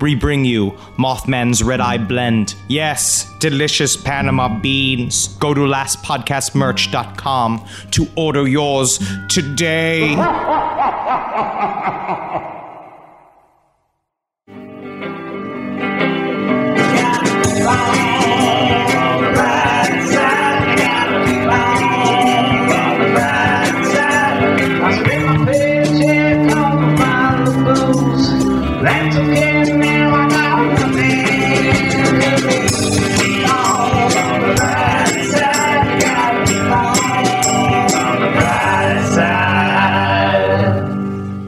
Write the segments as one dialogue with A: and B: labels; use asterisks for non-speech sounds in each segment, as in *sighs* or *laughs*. A: we bring you Mothman's Red Eye Blend. Yes, delicious Panama beans. Go to lastpodcastmerch.com to order yours today.
B: That's okay, now I got the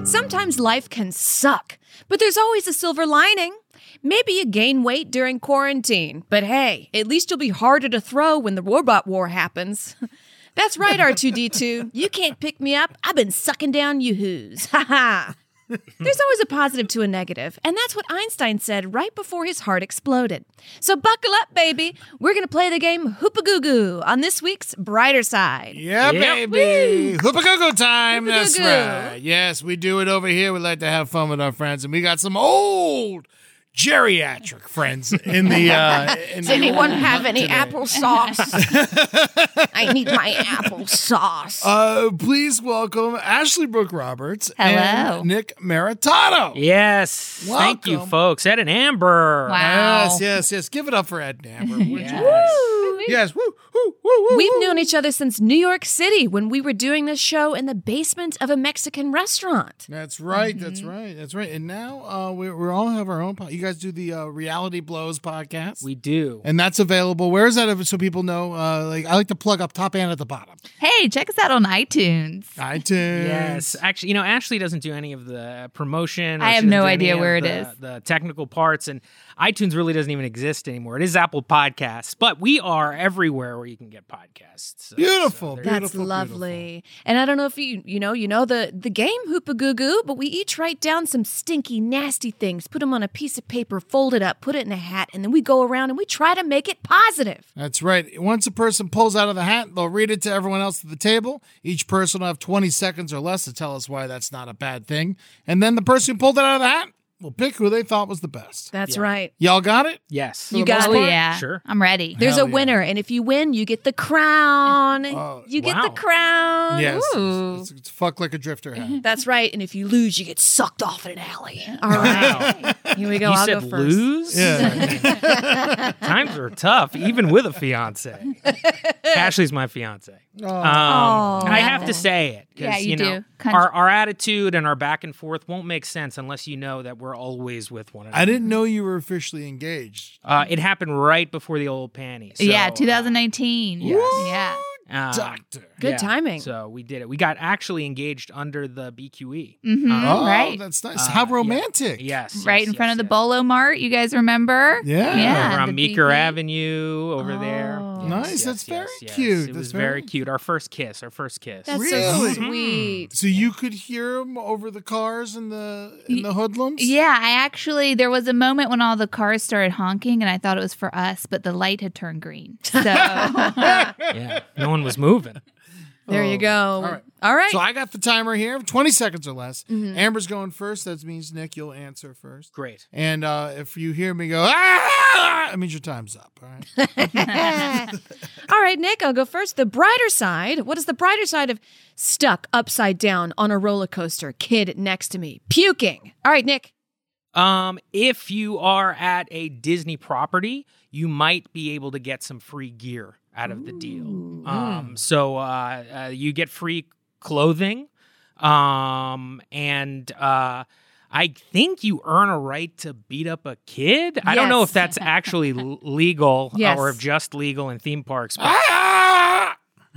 C: Sometimes life can suck, but there's always a silver lining. Maybe you gain weight during quarantine, but hey, at least you'll be harder to throw when the robot war happens. *laughs* That's right, R2D2. You can't pick me up. I've been sucking down you hoos. *laughs* Ha ha. There's always a positive to a negative, and that's what Einstein said right before his heart exploded. So buckle up, baby. We're going to play the game Goo Goo on this week's Brighter Side.
D: Yeah, baby. Hoopagogo time. That's
C: Hoopagogo.
D: right. Yes, we do it over here. We like to have fun with our friends, and we got some old geriatric friends in the. Uh, in the
C: Anyone have any
E: *laughs*
C: applesauce? I need my applesauce.
D: Uh, please welcome Ashley Brooke Roberts
E: Hello.
D: and Nick Maritato.
E: Yes. Thank you,
D: Welcome.
E: folks. Ed and Amber. Wow.
D: Yes, yes, yes. Give it up for Ed Namber.
E: Yes.
D: yes. Woo, woo, woo, woo.
C: We've known each other since New York City when we were doing this show in the basement of a Mexican restaurant.
D: That's right. That's right. That's right. And now uh, we, we all have our own. Po- you guys do the uh, Reality Blows podcast.
E: We do.
D: and that's available. Where is that? If- So people know. Uh, like I like to plug up top and at the bottom.
E: Hey, check us out on iTunes.
D: iTunes.
E: Yes, actually, you know, Ashley doesn't do any of the promotion. or
F: I
E: she
F: have no
E: doesn't do
F: idea
E: any of
F: where it
E: the,
F: is.
E: The technical parts and iTunes really doesn't even exist anymore. It is Apple Podcasts, but we are everywhere where you can get podcasts. So-
D: Beautiful.
E: so
D: beautiful
E: there-
C: That's
D: beautiful.
C: lovely. And I don't know if you you know you know the the game hoopagoo goo, but we each write down some stinky nasty things, put them on a piece of paper, fold it up, put it in a hat, and then we go around and we try to make it positive.
D: That's right. Once a person pulls out of the hat, they'll read it to everyone else at the table. Each person will have 20 seconds or less to tell us why that's not a bad thing. And then the person who pulled it out of the hat will pick who they thought was the best.
C: That's right.
D: Y'all got it?
E: Yes.
C: You got
F: Oh
C: it.
F: yeah,
E: Sure.
F: I'm ready.
C: There's
D: Hell
C: a
D: yeah.
C: winner, and if you win, you get the crown.
D: Oh,
C: you get
E: wow.
C: the crown.
D: Yes. It's, it's- it's fuck like a drifter hat.
E: *laughs*
C: That's right. And if you lose, you get sucked off in an alley.
F: *laughs*
C: All right. Here we go.
E: You
C: I'll
E: said
C: go first.
E: lose?
D: Yeah.
E: *laughs* Times are tough, even with
F: *laughs*
E: a fiance. Ashley's my fiance.
D: Oh.
E: Um,
F: Oh,
E: I have to say it
F: Yeah,
E: because
F: you
E: you, know
F: do. Con-
E: our our attitude and our back and forth won't make sense unless you know that we're always with one another.
D: I didn't know you were officially engaged.
E: Uh, it happened right before the old panties. So,
F: yeah,
E: uh,
F: 2019.
E: Yes.
F: Yeah.
E: um,
D: Doctor.
C: Good
E: yeah.
C: timing.
E: So we did it. We got actually engaged under the BQE.
F: hmm
D: Oh,
F: right.
D: that's nice.
E: Uh,
D: How romantic.
E: Yes.
F: right
E: yes,
F: in front
E: yes,
F: of the
E: yes.
F: Bolo Mart. You guys remember?
D: Yeah.
F: Yeah.
E: Over
F: the E.
E: on Meeker
F: big-
E: Avenue over there.
C: Oh.
D: Nice, that's very cute,
E: It
D: that's
E: was
D: very
E: very cute. Our first kiss. Our first kiss.
C: That's
D: Really? Mm-hmm.
C: so sweet.
D: So you could hear him over the cars and the in the hoodlums.
F: Yeah, I actually there was a moment when all the cars started honking, and I thought it was for us, but the light had turned green. So
E: yeah. No one was moving.
C: *laughs* There you go. All
D: Oh. right.
C: All right.
D: So I got the timer here, 20 seconds or less. Amber's going first. That means, Nick, you'll answer first.
E: *laughs* Great.
D: And uh, if you hear me go, ah, it means your time's up. All right.
C: *laughs* All right, Nick, I'll go first. The brighter side. What is the brighter side of stuck upside down on a roller coaster? Kid next to me puking. All right, Nick.
E: Um, if you are at a Disney property, you might be able to get some free gear out of the deal.
C: hmm.
E: Um, so uh, uh, you get free clothing, um, and uh, I think you earn a right to beat up a kid. I don't know
C: Yes.
E: if that's actually l- legal
C: *laughs* Yes.
E: or if just legal in theme parks. But
D: Ah!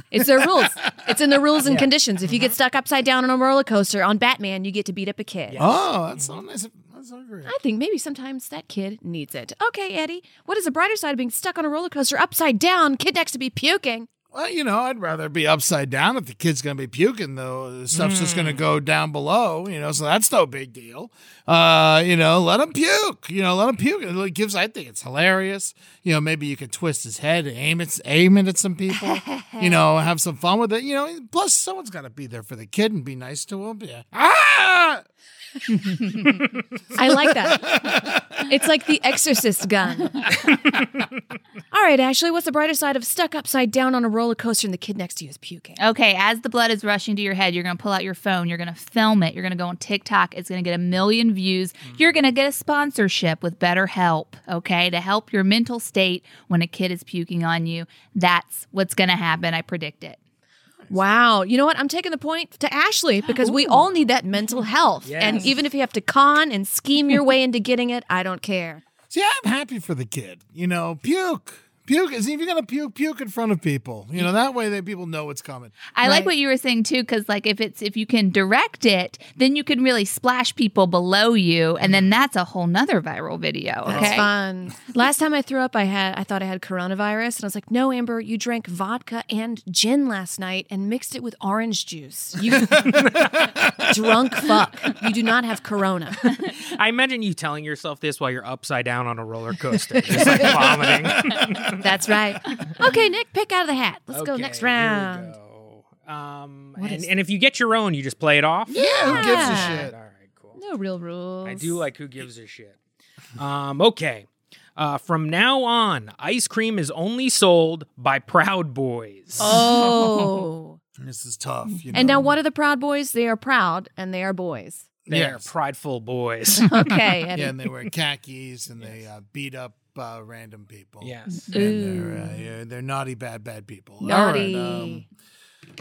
C: It's their rules. It's in the rules and conditions. If you get stuck upside down on a roller coaster on Batman, you get to beat up a kid.
D: Oh, that's so nice. That's so great.
C: I think maybe sometimes that kid needs it. Okay, Eddie, what is the brighter side of being stuck on a roller coaster upside down, kid next to me puking?
D: Well, you know, I'd rather be upside down if the kid's going to be puking, though. The stuff's just going
C: Hmm.
D: to go down below, you know, so that's no big deal. Uh, you know, let him puke. You know, let him puke. It gives, I think it's hilarious. You know, maybe you could twist his head, aim it, aim it at some people,
C: *laughs*
D: you know, have some fun with it. You know, plus someone's got to be there for the kid and be nice to him. Yeah. Ah!
C: I like that. It's like the exorcist gun. All right, Ashley, what's the brighter side of stuck upside down on a roller coaster and the kid next to you is puking?
F: Okay, as the blood is rushing to your head, you're going to pull out your phone, you're going to film it, you're going to go on TikTok, it's going to get a million views. You're going to get a sponsorship with BetterHelp, okay, to help your mental state when a kid is puking on you. That's what's going to happen. I predict it.
C: Wow. You know what? I'm taking the point to Ashley because we all need that mental
F: Mm-hmm.
C: health. And even if you have to con and scheme your way into getting it, I don't care.
D: See, I'm happy for the kid. You know, puke. Puke. Is if you're going to puke, puke in front of people. You know, that way that people know it's coming.
F: I like what you were saying too, because like if it's if you can direct it, then you can really splash people below you, and then that's a whole nother viral video. Okay,
C: It's fun. Last time I threw up, I had I thought I had coronavirus, and I was like, "No, Amber, you drank vodka and gin last night and mixed it with orange juice. You *laughs* drunk fuck. You do not have corona." *laughs*
E: I imagine you telling yourself this while you're upside down on a
C: *laughs*
E: roller coaster, just like vomiting.
C: That's right. Okay, Nick, pick out of the hat. Let's go
E: Okay,
C: next
E: here we
C: round.
E: go. Um, and, and if you get your own, you just play it off.
D: Yeah, who gives a
C: Yeah.
D: shit?
E: All right, cool.
C: No real rules.
E: I do like who gives a shit. Um, okay. Uh, from now on, ice cream is only sold by Proud Boys.
C: *laughs* Oh.
D: This is tough. You know?
C: and now, what are the Proud Boys? They are proud and they are boys.
E: They're
D: Yes.
C: *laughs*
E: prideful boys.
C: Okay, Eddie.
D: *laughs* Yeah, and they wear khakis and they uh, beat up uh, random people.
E: yes.
D: And they're, uh, yeah, they're naughty, bad, bad people. All right,
C: Naughty.
D: um,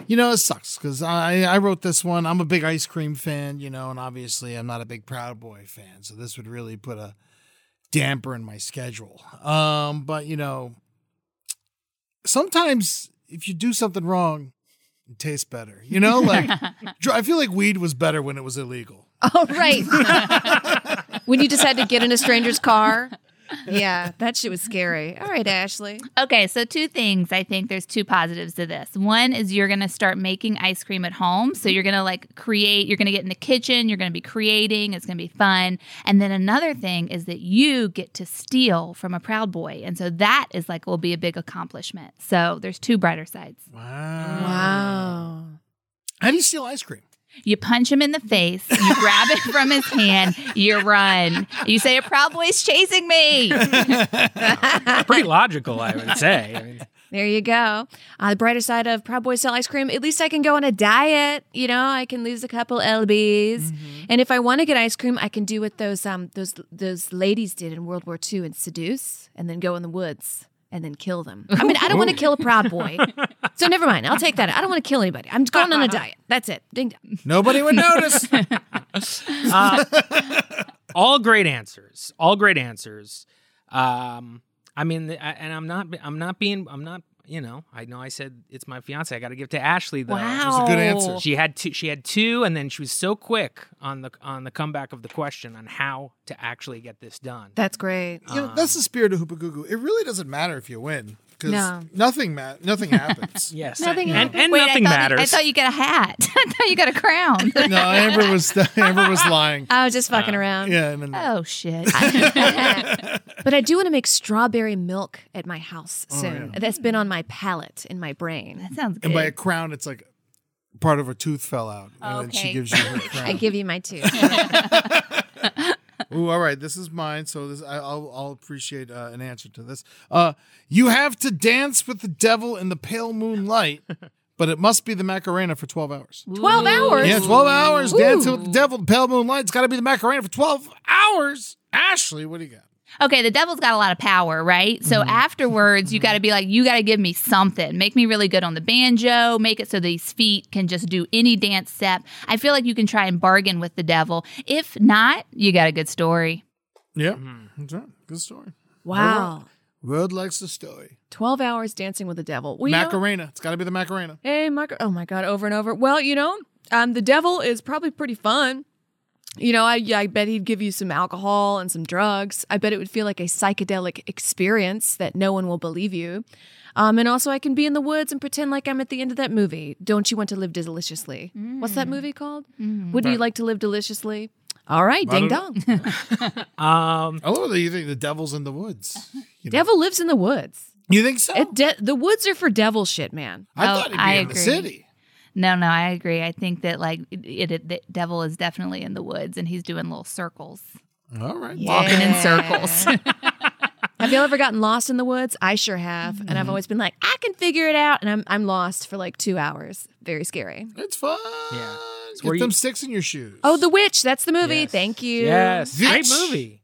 D: you know, it sucks because I, I wrote this one. I'm a big ice cream fan, you know, and obviously I'm not a big Proud Boy fan. So this would really put a damper in my schedule. Um, but, you know, sometimes if you do something wrong, it tastes better. You know, like dr- I feel like weed was better when it was illegal.
C: Oh, right. *laughs* when you just had to get in a stranger's car. Yeah, *laughs* that shit was scary. All right, Ashley.
F: Okay, so two things. I think there's two positives to this. One is you're going to start making ice cream at home. So you're going to like create, you're going to get in the kitchen, you're going to be creating, it's going to be fun. And then another thing is that you get to steal from a Proud Boy. And so that is like will be a big accomplishment. So there's two brighter sides.
C: Wow.
D: How do you steal ice cream?
F: You punch him in the face, you grab it from his hand, you run. You say, A Proud Boy's chasing me.
E: Pretty logical, I would say. I mean,
C: There you go. Uh, the brighter side of Proud Boys sell ice cream. At least I can go on a diet. You know, I can lose a couple lbs, and if I want to get ice cream, I can do what those um those those ladies did in World War II and seduce, and then go in the woods and then kill them. I mean, I don't want to kill a Proud *laughs* Boy, so never mind. I'll take that. I don't want to kill anybody. I'm going on a diet. That's it. Ding dong.
D: Nobody would notice.
E: all great answers. All great answers. Um, I mean, I, and I'm not. I'm not being. I'm not. You know. I know. I said it's my fiance. I got to give to Ashley though.
C: Wow.
D: a good answer.
E: She had two. She had two, and then she was so quick on the on the comeback of the question on how to actually get this done.
C: That's great.
D: you know, *laughs* that's the spirit of Hoopagoogoo. It really doesn't matter if you win because
C: No.
D: nothing ma-
F: *laughs*
D: nothing happens.
E: yes,
C: Nothing
E: and,
C: happened.
E: and
F: Wait, I
E: nothing
F: thought you-
E: matters.
F: I thought you got a hat. *laughs* I thought you got a crown.
D: No, Amber was *laughs* Amber was lying.
F: Uh,
C: I was just fucking around.
D: Yeah, and
F: *laughs*
D: then
F: oh, shit.
C: *laughs* But I do want to make strawberry milk at my house soon. That's been on my palate in my brain.
F: Sounds
D: and
F: good.
D: by a crown, it's like part of her tooth fell out, and then she
F: Okay.
D: gives you
F: *laughs*
D: her crown.
C: I give you my two.
D: Ooh, all right. This is mine. So this, I, I'll, I'll appreciate uh, an answer to this. Uh, you have to dance with the devil in the
C: *laughs*
D: pale moonlight, but it must be the Macarena for twelve hours.
C: 12 hours.
D: Yeah, twelve hours dancing with the devil, in the pale moonlight. It's got to be the Macarena for twelve hours. Ashley, what do you got?
F: Okay, the devil's got a lot of power, right? So
E: Mm-hmm.
F: afterwards, you got to be like, you got to give me something. Make me really good on the banjo. Make it so these feet can just do any dance step. I feel like you can try and bargain with the devil. If not, you got a good story.
D: Yeah,
C: Mm-hmm.
D: That's right. good story.
C: Wow.
D: Road likes the story.
C: 12 hours dancing with the devil. Well, you know-
D: Macarena. It's got to be the Macarena.
C: Hey, Marco. Oh my God, over and over. Well, you know, um, the devil is probably pretty fun. You know, I, I bet he'd give you some alcohol and some drugs. I bet it would feel like a psychedelic experience that no one will believe you. Um, and also, I can be in the woods and pretend like I'm at the end of that movie. Don't you want to live deliciously? What's that movie called? Wouldn't you like to live deliciously? All right, ding dong.
E: Um,
D: I love that you think the devil's in
C: *laughs*
D: the woods. You, know.
C: devil lives in the woods.
D: you think so?
C: It de- the woods are for devil shit, man.
D: I
F: Oh,
D: thought he'd be
F: I
D: in the
F: agree.
D: city.
F: No, no, I agree. I think that like it, it, the devil is definitely in the woods and he's doing little circles,
D: All right.
F: walking in circles.
C: *laughs* Have y'all ever gotten lost in the woods? I sure have. And I've always been like, I can figure it out. And I'm, I'm lost for like two hours. Very scary.
D: It's fun.
E: Yeah. It's
D: Get
E: where
D: them
E: you-
D: sticks in your shoes.
C: Oh, The Witch. That's the movie.
E: Yes.
C: Thank you.
E: yes, Oh. great
D: Bitch.
E: movie.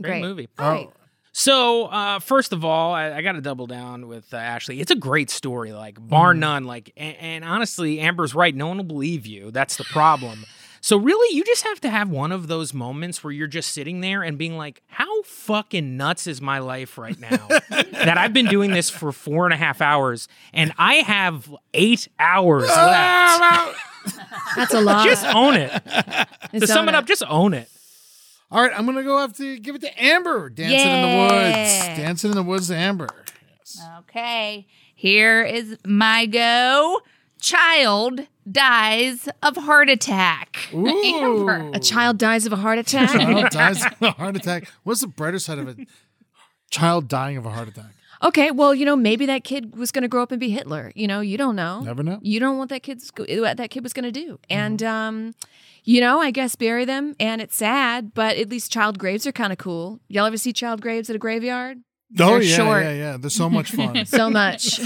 E: Great,
C: Great.
E: movie.
C: All right.
E: So, uh, first of all, I, I got to double down with uh, Ashley. It's a great story, like bar none. Like, and, and honestly, Amber's right. No one will believe you. That's the problem. so, really, you just have to have one of those moments where you're just sitting there and being like, "How fucking nuts is my life right now?" that I've been doing this for four and a half hours, and I have eight hours left.
C: That's a lot.
E: just own it. To
C: Just
E: sum
C: own
E: it up, just own it.
D: All right, I'm gonna go have to give it to Amber. Dancing in the
F: Yeah.
D: woods. Dancing in the woods, to Amber.
F: Okay, here is my go. Child dies of heart attack. Amber.
C: a child dies of a heart
E: *laughs*
C: attack.
D: Child dies of a heart attack. What's the brighter side of a child dying of a heart attack?
C: okay. Well, you know, maybe that kid was going to grow up and be Hitler. You know, you don't know.
D: Never know.
C: You don't know what that kid's what that kid was going to do. And um, you know, I guess bury them. And it's sad, but at least child graves are kind of cool. Y'all ever see child graves at a graveyard?
D: oh
C: *laughs* They're
D: yeah,
C: short.
D: yeah, yeah. They're so
C: *laughs*
D: much fun.
C: So much.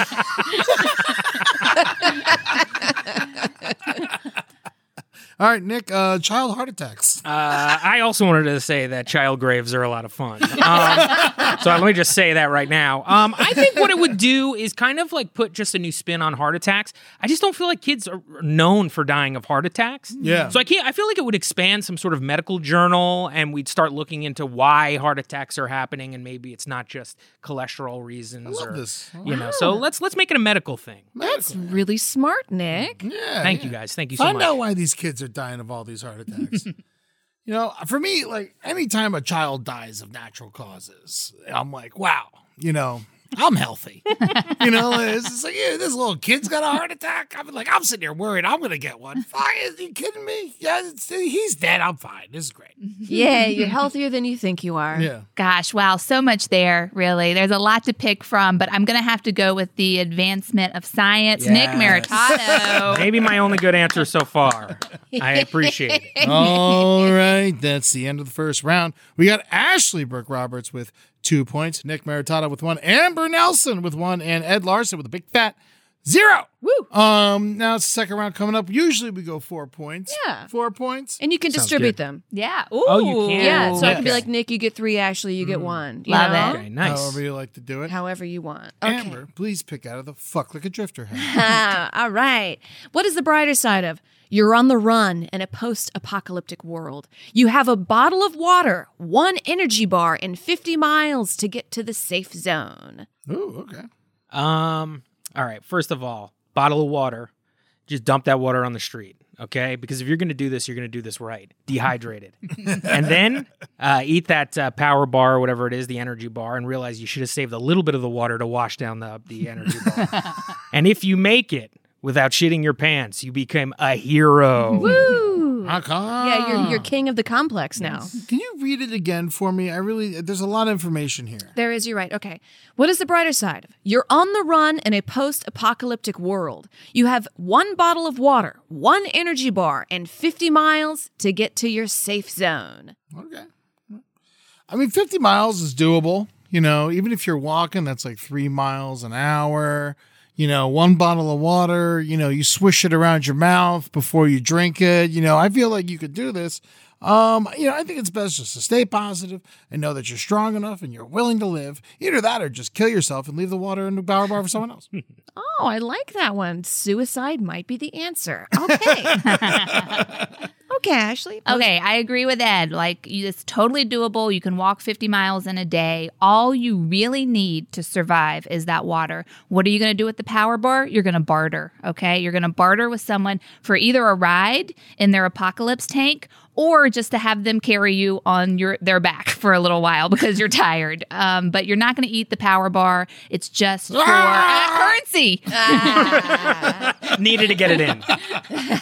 D: All right, Nick. Uh, child heart attacks.
E: Uh, I also wanted to say that child graves are a lot of fun. Um, so let me just say that right now. Um, I think what it would do is kind of like put just a new spin on heart attacks. I just don't feel like kids are known for dying of heart attacks.
D: Yeah.
E: So I can't. I feel like it would expand some sort of medical journal, and we'd start looking into why heart attacks are happening, and maybe it's not just cholesterol reasons.
D: love
E: or,
D: this.
E: You know. So let's let's make it a medical thing.
C: That's really smart, Nick.
D: Yeah.
E: Thank
D: yeah.
E: you guys. Thank you so
D: Find
E: much.
D: out why these kids are dying of all these heart attacks. you know, for me, like anytime a child dies of natural causes, I'm like, wow, you know, I'm healthy. you know, it's just like, yeah, this little kid's got a heart attack. I'm like, I'm sitting here worried I'm going to get one. Fuck, are you kidding me? Yeah, it's, he's dead. I'm fine. This is great.
C: *laughs* Yeah, you're healthier than you think you are.
D: Yeah.
F: Gosh, wow, so much there, really. There's a lot to pick from, but I'm going to have to go with the advancement of science. Nick
E: Yes.
F: Maritato.
E: *laughs* Maybe my only good answer so far. I appreciate it.
D: All right, that's the end of the first round. We got Ashley Brooke Roberts with two points, Nick Maritata with one, Amber Nelson with one, and Ed Larson with a big fat zero. Woo! Um, now it's the second round coming up. Usually we go four points.
C: Yeah.
D: four points.
C: And you can distribute them.
F: yeah.
E: Oh, you
F: Ooh.
E: can?
C: Yeah, Mm. so I
D: Yes.
C: can be like, Nick, you get three, Ashley, you get one. You
F: Love
C: know?
E: Okay, nice.
D: However you like to do it.
C: However you want. Okay.
D: Amber, please pick out of the fuck like a drifter hat.
C: Ah, *laughs* all right. What is the brighter side of? You're on the run in a post apocalyptic world. You have a bottle of water, one energy bar, and 50 miles to get to the safe zone.
D: *laughs* Ooh, okay.
E: Um. All right. First of all, bottle of water. Just dump that water on the street, okay? Because if you're going to do this, you're going to do this right, dehydrated, and then uh, eat that uh, power bar or whatever it is, the energy bar, and realize you should have saved a little bit of the water to wash down the the energy bar. and if you make it without shitting your pants, you become a hero.
C: Woo!
D: How come?
C: Yeah, you're, you're king of the complex now.
D: Can you read it again for me? I really there's a lot of information here.
C: There is, you're right. Okay. What is the brighter side? You're on the run in a post apocalyptic world. You have one bottle of water, one energy bar, and 50 miles to get to your safe zone.
D: Okay. I mean, 50 miles is doable. You know, even if you're walking, that's like three miles an hour. You know, one bottle of water, you know, you swish it around your mouth before you drink it. You know, I feel like you could do this. Um, you know, I think it's best just to stay positive and know that you're strong enough and you're willing to live. Either that or just kill yourself and leave the water in the power bar for
C: *laughs*
D: someone else.
C: Oh, I like that one. Suicide might be the answer. Okay. *laughs* okay, Ashley. *laughs*
F: Okay, I agree with Ed. Like, you- it's totally doable. You can walk 50 miles in a day. All you really need to survive is that water. What are you going to do with the power bar? You're going to barter, okay? You're going to barter with someone for either a ride in their apocalypse tank or just to have them carry you on your their back *laughs* for a little while because you're tired. Um, but you're not going to eat the power bar. It's just for
E: Ah!
F: uh, currency.
E: *laughs* Needed to get it in.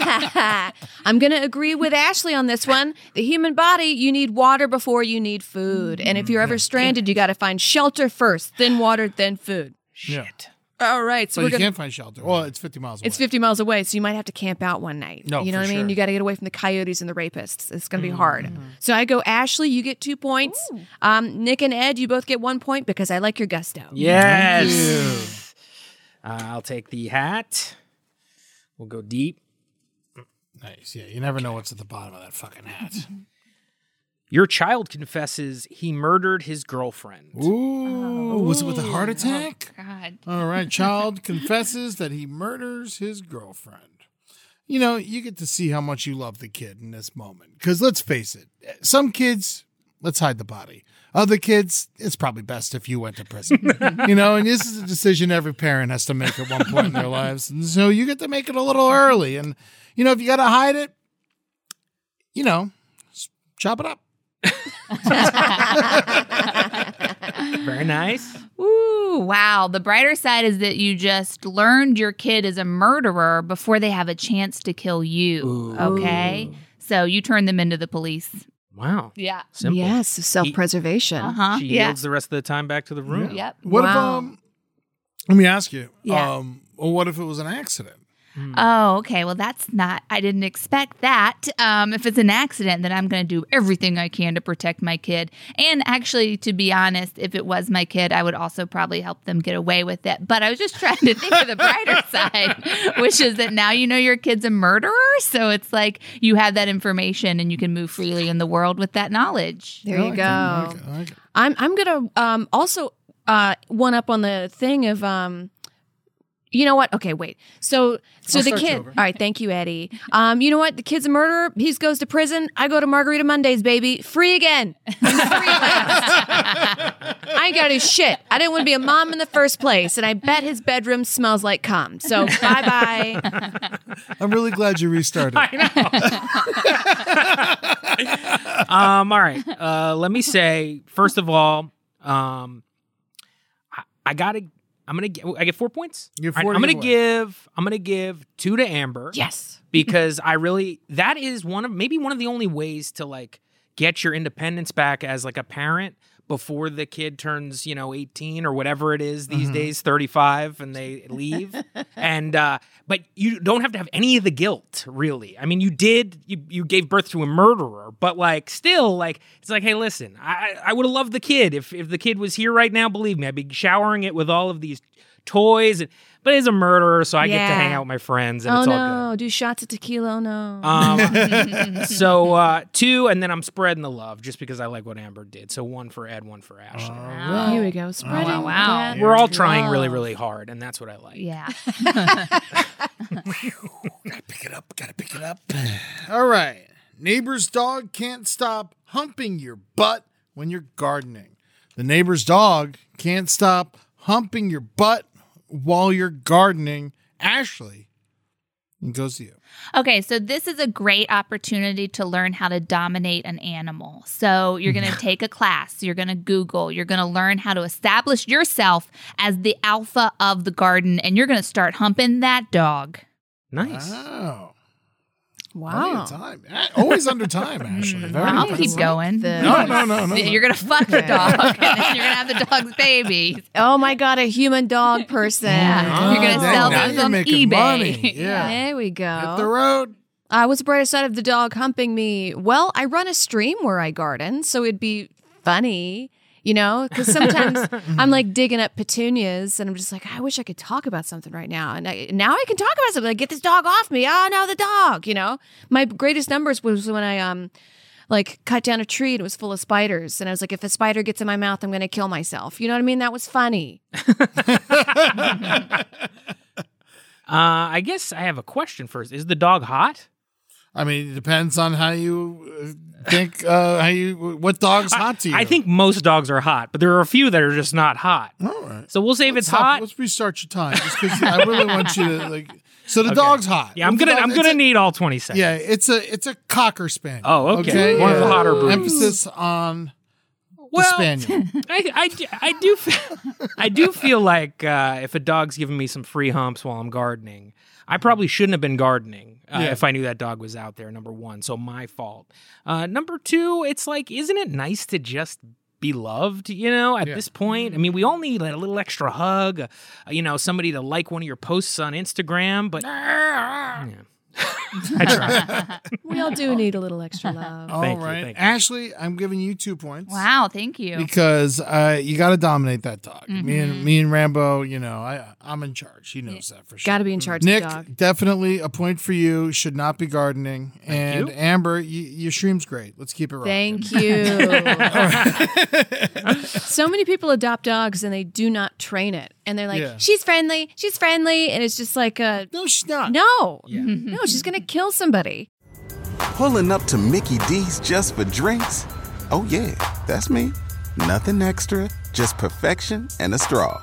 C: I'm going to agree with Ashley on this one. The human body, you need water before you need food. And if you're ever stranded, you got to find shelter first, then water, then food.
E: Shit.
C: All right. So
D: But you
C: we're going to
D: can't find shelter. Well, it's 50 miles away.
C: It's 50 miles away, so you might have to camp out one night.
D: No,
C: you know
D: for
C: what I
D: sure. Mm-hmm.
C: mean? You got to get away from the coyotes and the rapists. It's going to be hard. So I go, Ashley, you get two points. Um, Nick and Ed, you both get one point because I like your gusto.
E: *laughs* Yes. Uh, I'll take the hat. We'll go deep.
D: nice. Yeah, you never know what's at the bottom of that fucking hat.
E: Your child confesses he murdered his girlfriend.
D: Ooh, was it with a heart attack?
F: God.
D: All right, child *laughs* confesses that he murders his girlfriend. You know, you get to see how much you love the kid in this moment. Because let's face it, some kids, let's hide the body. Other kids, it's probably best if you went to prison. you know, and this is a decision every parent has to make at one point in their lives. And so you get to make it a little early. And, you know, if you got to hide it, you know, s- chop it up.
E: Very nice.
F: Ooh, wow. The brighter side is that you just learned your kid is a murderer before they have a chance to kill you. Okay. So you turn them into the police.
E: Wow.
F: Yeah.
E: Simple.
C: Yes, self preservation.
D: Ah,
F: Uh huh.
E: She
F: Yeah.
E: yields the rest of the time back to the room.
F: Yep.
D: What if,
C: Wow.
D: um, let me ask you,
F: Yeah.
D: um, what if it was an accident?
F: Oh, okay. Well, that's not, I didn't expect that. Um, if it's an accident, then I'm going to do everything I can to protect my kid. And actually, to be honest, if it was my kid, I would also probably help them get away with it. But I was just trying to think of the brighter side, which is that now you know your kid's a murderer. So it's like you have that information and you can move freely in the world with that knowledge.
C: There
D: I
C: you
D: like
C: go.
D: it, I like it, I like it.
C: I'm I'm gonna um, also uh, one up on the thing of um, you know what? Okay, wait. So so the kid. All right, thank you, Eddie. *laughs* Um, you know what? The kid's a murderer. He goes to prison. I go to Margarita Mondays, baby. Free
D: *laughs*
C: again. I'm free last. I ain't gotta do shit. I didn't want to be a mom in the first place, and I bet his bedroom smells like cum. So bye
D: *laughs*
C: bye.
D: I'm really glad you *laughs* restarted.
E: Um, all right. Uh, let me say first of all, um, I, I gotta. I'm gonna. gi- I get four points.
D: You get
E: All
D: four
E: I'm gonna
D: either way.
E: give. I'm gonna give two to Amber.
C: yes.
E: because I really that is one of maybe one of the only ways to like get your independence back as like a parent before the kid turns you know 18 or whatever it is these days 35 and they leave and uh but you don't have to have any of the guilt really i mean you did you, you gave birth to a murderer but like still like it's like hey listen i i would have loved the kid if if the kid was here right now believe me i'd be showering it with all of these toys and, but he's a murderer so i get to
C: Yeah.
E: hang out with my friends and
C: Oh
E: it's all good
C: no! Do shots of tequila? Oh no.
E: um, so uh, two, and then I'm spreading the love just because I like what Amber did. So one for Ed, one for Ashley.
D: Oh, Ah.
C: Here we go. Spreading.
F: wow.
C: that
E: We're all trying really,
C: love.
E: really hard, and that's what I like.
F: Yeah.
D: gotta pick it up. Gotta pick it up. *sighs* All right. Neighbor's dog can't stop humping your butt when you're gardening. The neighbor's dog can't stop humping your butt while you're gardening. Ashley, it goes to you.
F: Okay, so this is a great opportunity to learn how to dominate an animal. So you're going to take a class, you're going to Google, you're going to learn how to establish yourself as the alpha of the garden, and you're going to start humping that dog.
E: Nice.
D: Oh. Plenty
G: Wow.
D: of time. Eh, Always
F: *laughs*
D: under time, Ashley. Very
F: I'll
D: impressive.
F: keep going.
D: No, *laughs* no, no, no.
F: You're gonna fuck the dog, *laughs* and then you're gonna have the dog's baby.
C: Oh my god, a human dog person.
F: Yeah. You're gonna
D: Ah,
F: sell
D: now
F: those
D: you're
F: on eBay. *laughs*
D: making money.
C: Yeah.
D: Yeah.
C: There we
D: Hit the
C: go.
D: road.
C: I was the brighter side of the dog humping me. Well, I run a stream where I garden, so it'd be funny, you know, because sometimes I'm like digging up petunias and I'm just like, I wish I could talk about something right now. And I, now I can talk about something. Like, get this dog off me. Oh, no, the dog, you know. My greatest numbers was when I, um, like cut down a tree and it was full of spiders and i was like if a spider gets in my mouth i'm going to kill myself you know what i mean that was funny
E: Uh, I guess I have a question first. Is the dog hot?
D: I mean, it depends on how you uh, think, uh, how you, what dog's hot to you.
E: I think most dogs are hot, but there are a few that are just not hot.
D: All right.
E: So we'll say if it's
D: Stop.
E: hot.
D: Let's restart your time. Just 'cause I really want you to, like, so the dog's hot.
E: Yeah, I'm
D: If the
E: gonna
D: dog-
E: I'm
D: it's
E: gonna
D: a-
E: need all 20 seconds.
D: Yeah, it's a it's a cocker spaniel.
E: Oh, okay. One of the hotter breeds.
D: Emphasis on
E: Well,
D: the
E: *laughs*
D: spaniel.
E: I, I, d- I do feel, I do feel like uh, if a dog's giving me some free humps while I'm gardening, I probably shouldn't have been gardening uh,
D: Yeah.
E: if I knew that dog was out there. Number one, so my fault. Uh, number two, it's like, isn't it nice to just be loved? You know, at
D: Yeah.
E: this point, I mean, we all need a little extra hug. uh, you know, somebody to like one of your posts on
D: *laughs*
E: Instagram, but. Yeah. I try.
C: we all do need a little extra love
D: All right,
E: Thank you, thank you.
D: Ashley, I'm giving you two points.
F: Wow, thank you.
D: Because uh, you got to dominate that dog. Me and me and Rambo, you know, I I'm in charge. He knows that for sure.
C: Gotta be in charge of
D: Nick,
C: the dog.
D: definitely a point for you. Should not be gardening. and
E: you.
D: Amber, y- your stream's great. Let's keep it right.
C: Thank you. so many people adopt dogs and they do not train it. And they're like,
D: Yeah.
C: she's friendly, she's friendly. And it's just like, a,
D: No, she's not.
C: no, *laughs* no, she's going to kill somebody.
H: Pulling up to Mickey D's just for drinks? Oh, yeah, that's me. Nothing extra, just perfection and a straw.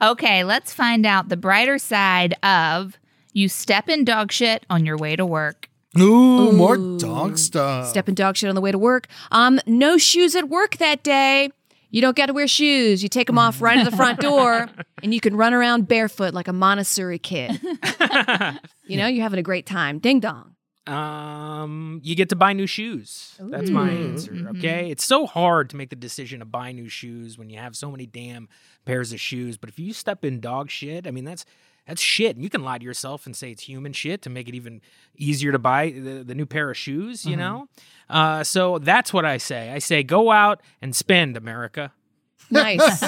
F: Okay, let's find out the brighter side of you step in dog shit on your way to work.
D: Ooh, more
C: Ooh.
D: dog stuff.
C: Stepping dog shit on the way to work. Um, no shoes at work that day. You don't got to wear shoes. You take them off right at the front door and you can run around barefoot like a Montessori kid. you know, you're having a great time. Ding dong.
E: Um, you get to buy new shoes. That's my answer. Okay, it's so hard to make the decision to buy new shoes when you have so many damn pairs of shoes. But if you step in dog shit, I mean that's that's shit. And you can lie to yourself and say it's human shit to make it even easier to buy the, the new pair of shoes. You know, uh, so that's what I say. I say go out and spend, America.
C: Nice.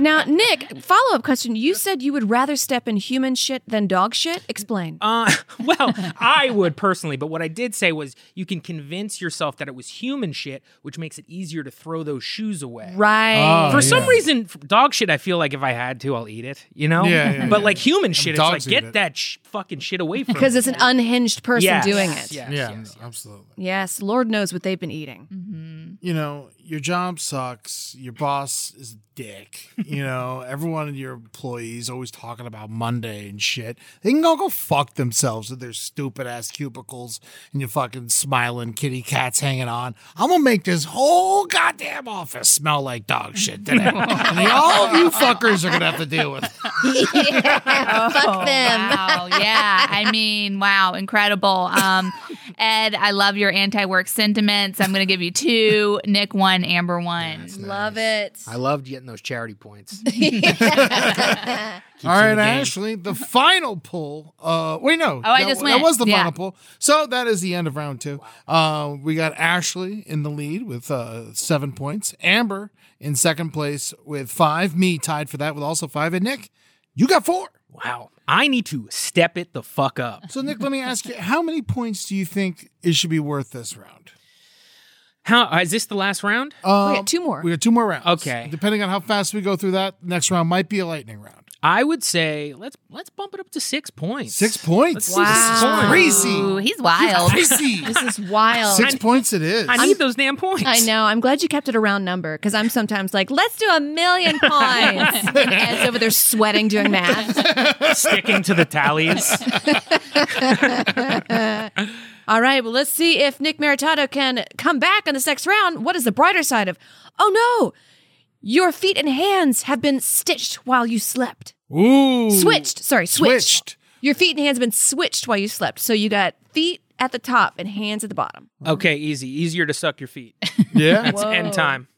F: *laughs*
C: now, Nick, follow up question. You said you would rather step in human shit than dog shit. Explain.
E: Uh, *laughs* well, I would personally, but what I did say was you can convince yourself that it was human shit, which makes it easier to throw those shoes away.
C: right.
D: Oh,
E: For some
D: yeah.
E: reason, f- dog shit, I feel like if I had to, I'll eat it, you know?
D: Yeah, yeah,
E: but
D: yeah.
E: like human shit, it's
D: dogs
E: like,
D: eat
E: get
D: it.
E: that sh- fucking shit away from
C: Because
E: me.
C: it's an unhinged person
E: Yes,
C: doing it.
E: Yes,
D: yeah,
E: yes.
D: absolutely.
C: Yes. Lord knows what they've been eating.
D: You know, your job sucks. Your boss is a dick. You know, every one of your employees always talking about Monday and shit. They can all go fuck themselves with their stupid ass cubicles and your fucking smiling kitty cats hanging on. I'm gonna make this whole goddamn office smell like dog shit today. and all of you fuckers are gonna have to deal with it.
F: Oh.
C: Fuck them.
F: Wow, yeah. I mean, wow, incredible. Um, Ed, I love your anti work sentiments. I'm going to give you two. two, Nick one, Amber
G: I
F: one.
G: Love it.
I: I loved getting those charity points.
D: All right, Ashley, the final pull. Uh, wait, no.
F: Oh, I
D: that,
F: just
D: that
F: went.
D: *laughs* was the
F: Yeah.
D: final pull. So that is the end of round two. Uh, we got Ashley in the lead with uh, seven points. Amber in second place with five. Me tied for that with also five. And Nick, you got four.
E: Wow. I need to step it the fuck up.
D: So Nick, let me ask you, how many points do you think it should be worth this round?
E: How is this the last round?
D: Um,
C: got Oh, two more.
D: We got two more rounds.
E: Okay.
D: Depending on how fast we go through that, next round might be a lightning round.
E: I would say let's let's bump it up to six points.
D: Six points.
E: Let's do six
D: This is
E: points.
F: Ooh,
D: crazy.
F: he's wild.
C: *laughs*
D: Crazy.
G: This is wild.
D: Six points it is.
E: I need those damn points.
C: I know. I'm glad you kept it a round number because I'm sometimes like, let's do a
F: *laughs*
C: million points. and Ed's over there sweating doing math.
E: *laughs* Sticking to
C: *laughs*
E: the tallies.
C: All right. Well, let's see if Nick Maritato can come back on this next round. What is the brighter side of? Oh no, your feet and hands have been stitched while you slept.
D: Ooh.
C: Switched. Sorry, switched.
D: Switched.
C: Your feet and hands have been switched while you slept. So you got feet at the top and hands at the bottom.
E: okay, easy. Easier to suck your feet. *laughs*
D: Yeah.
E: That's end time.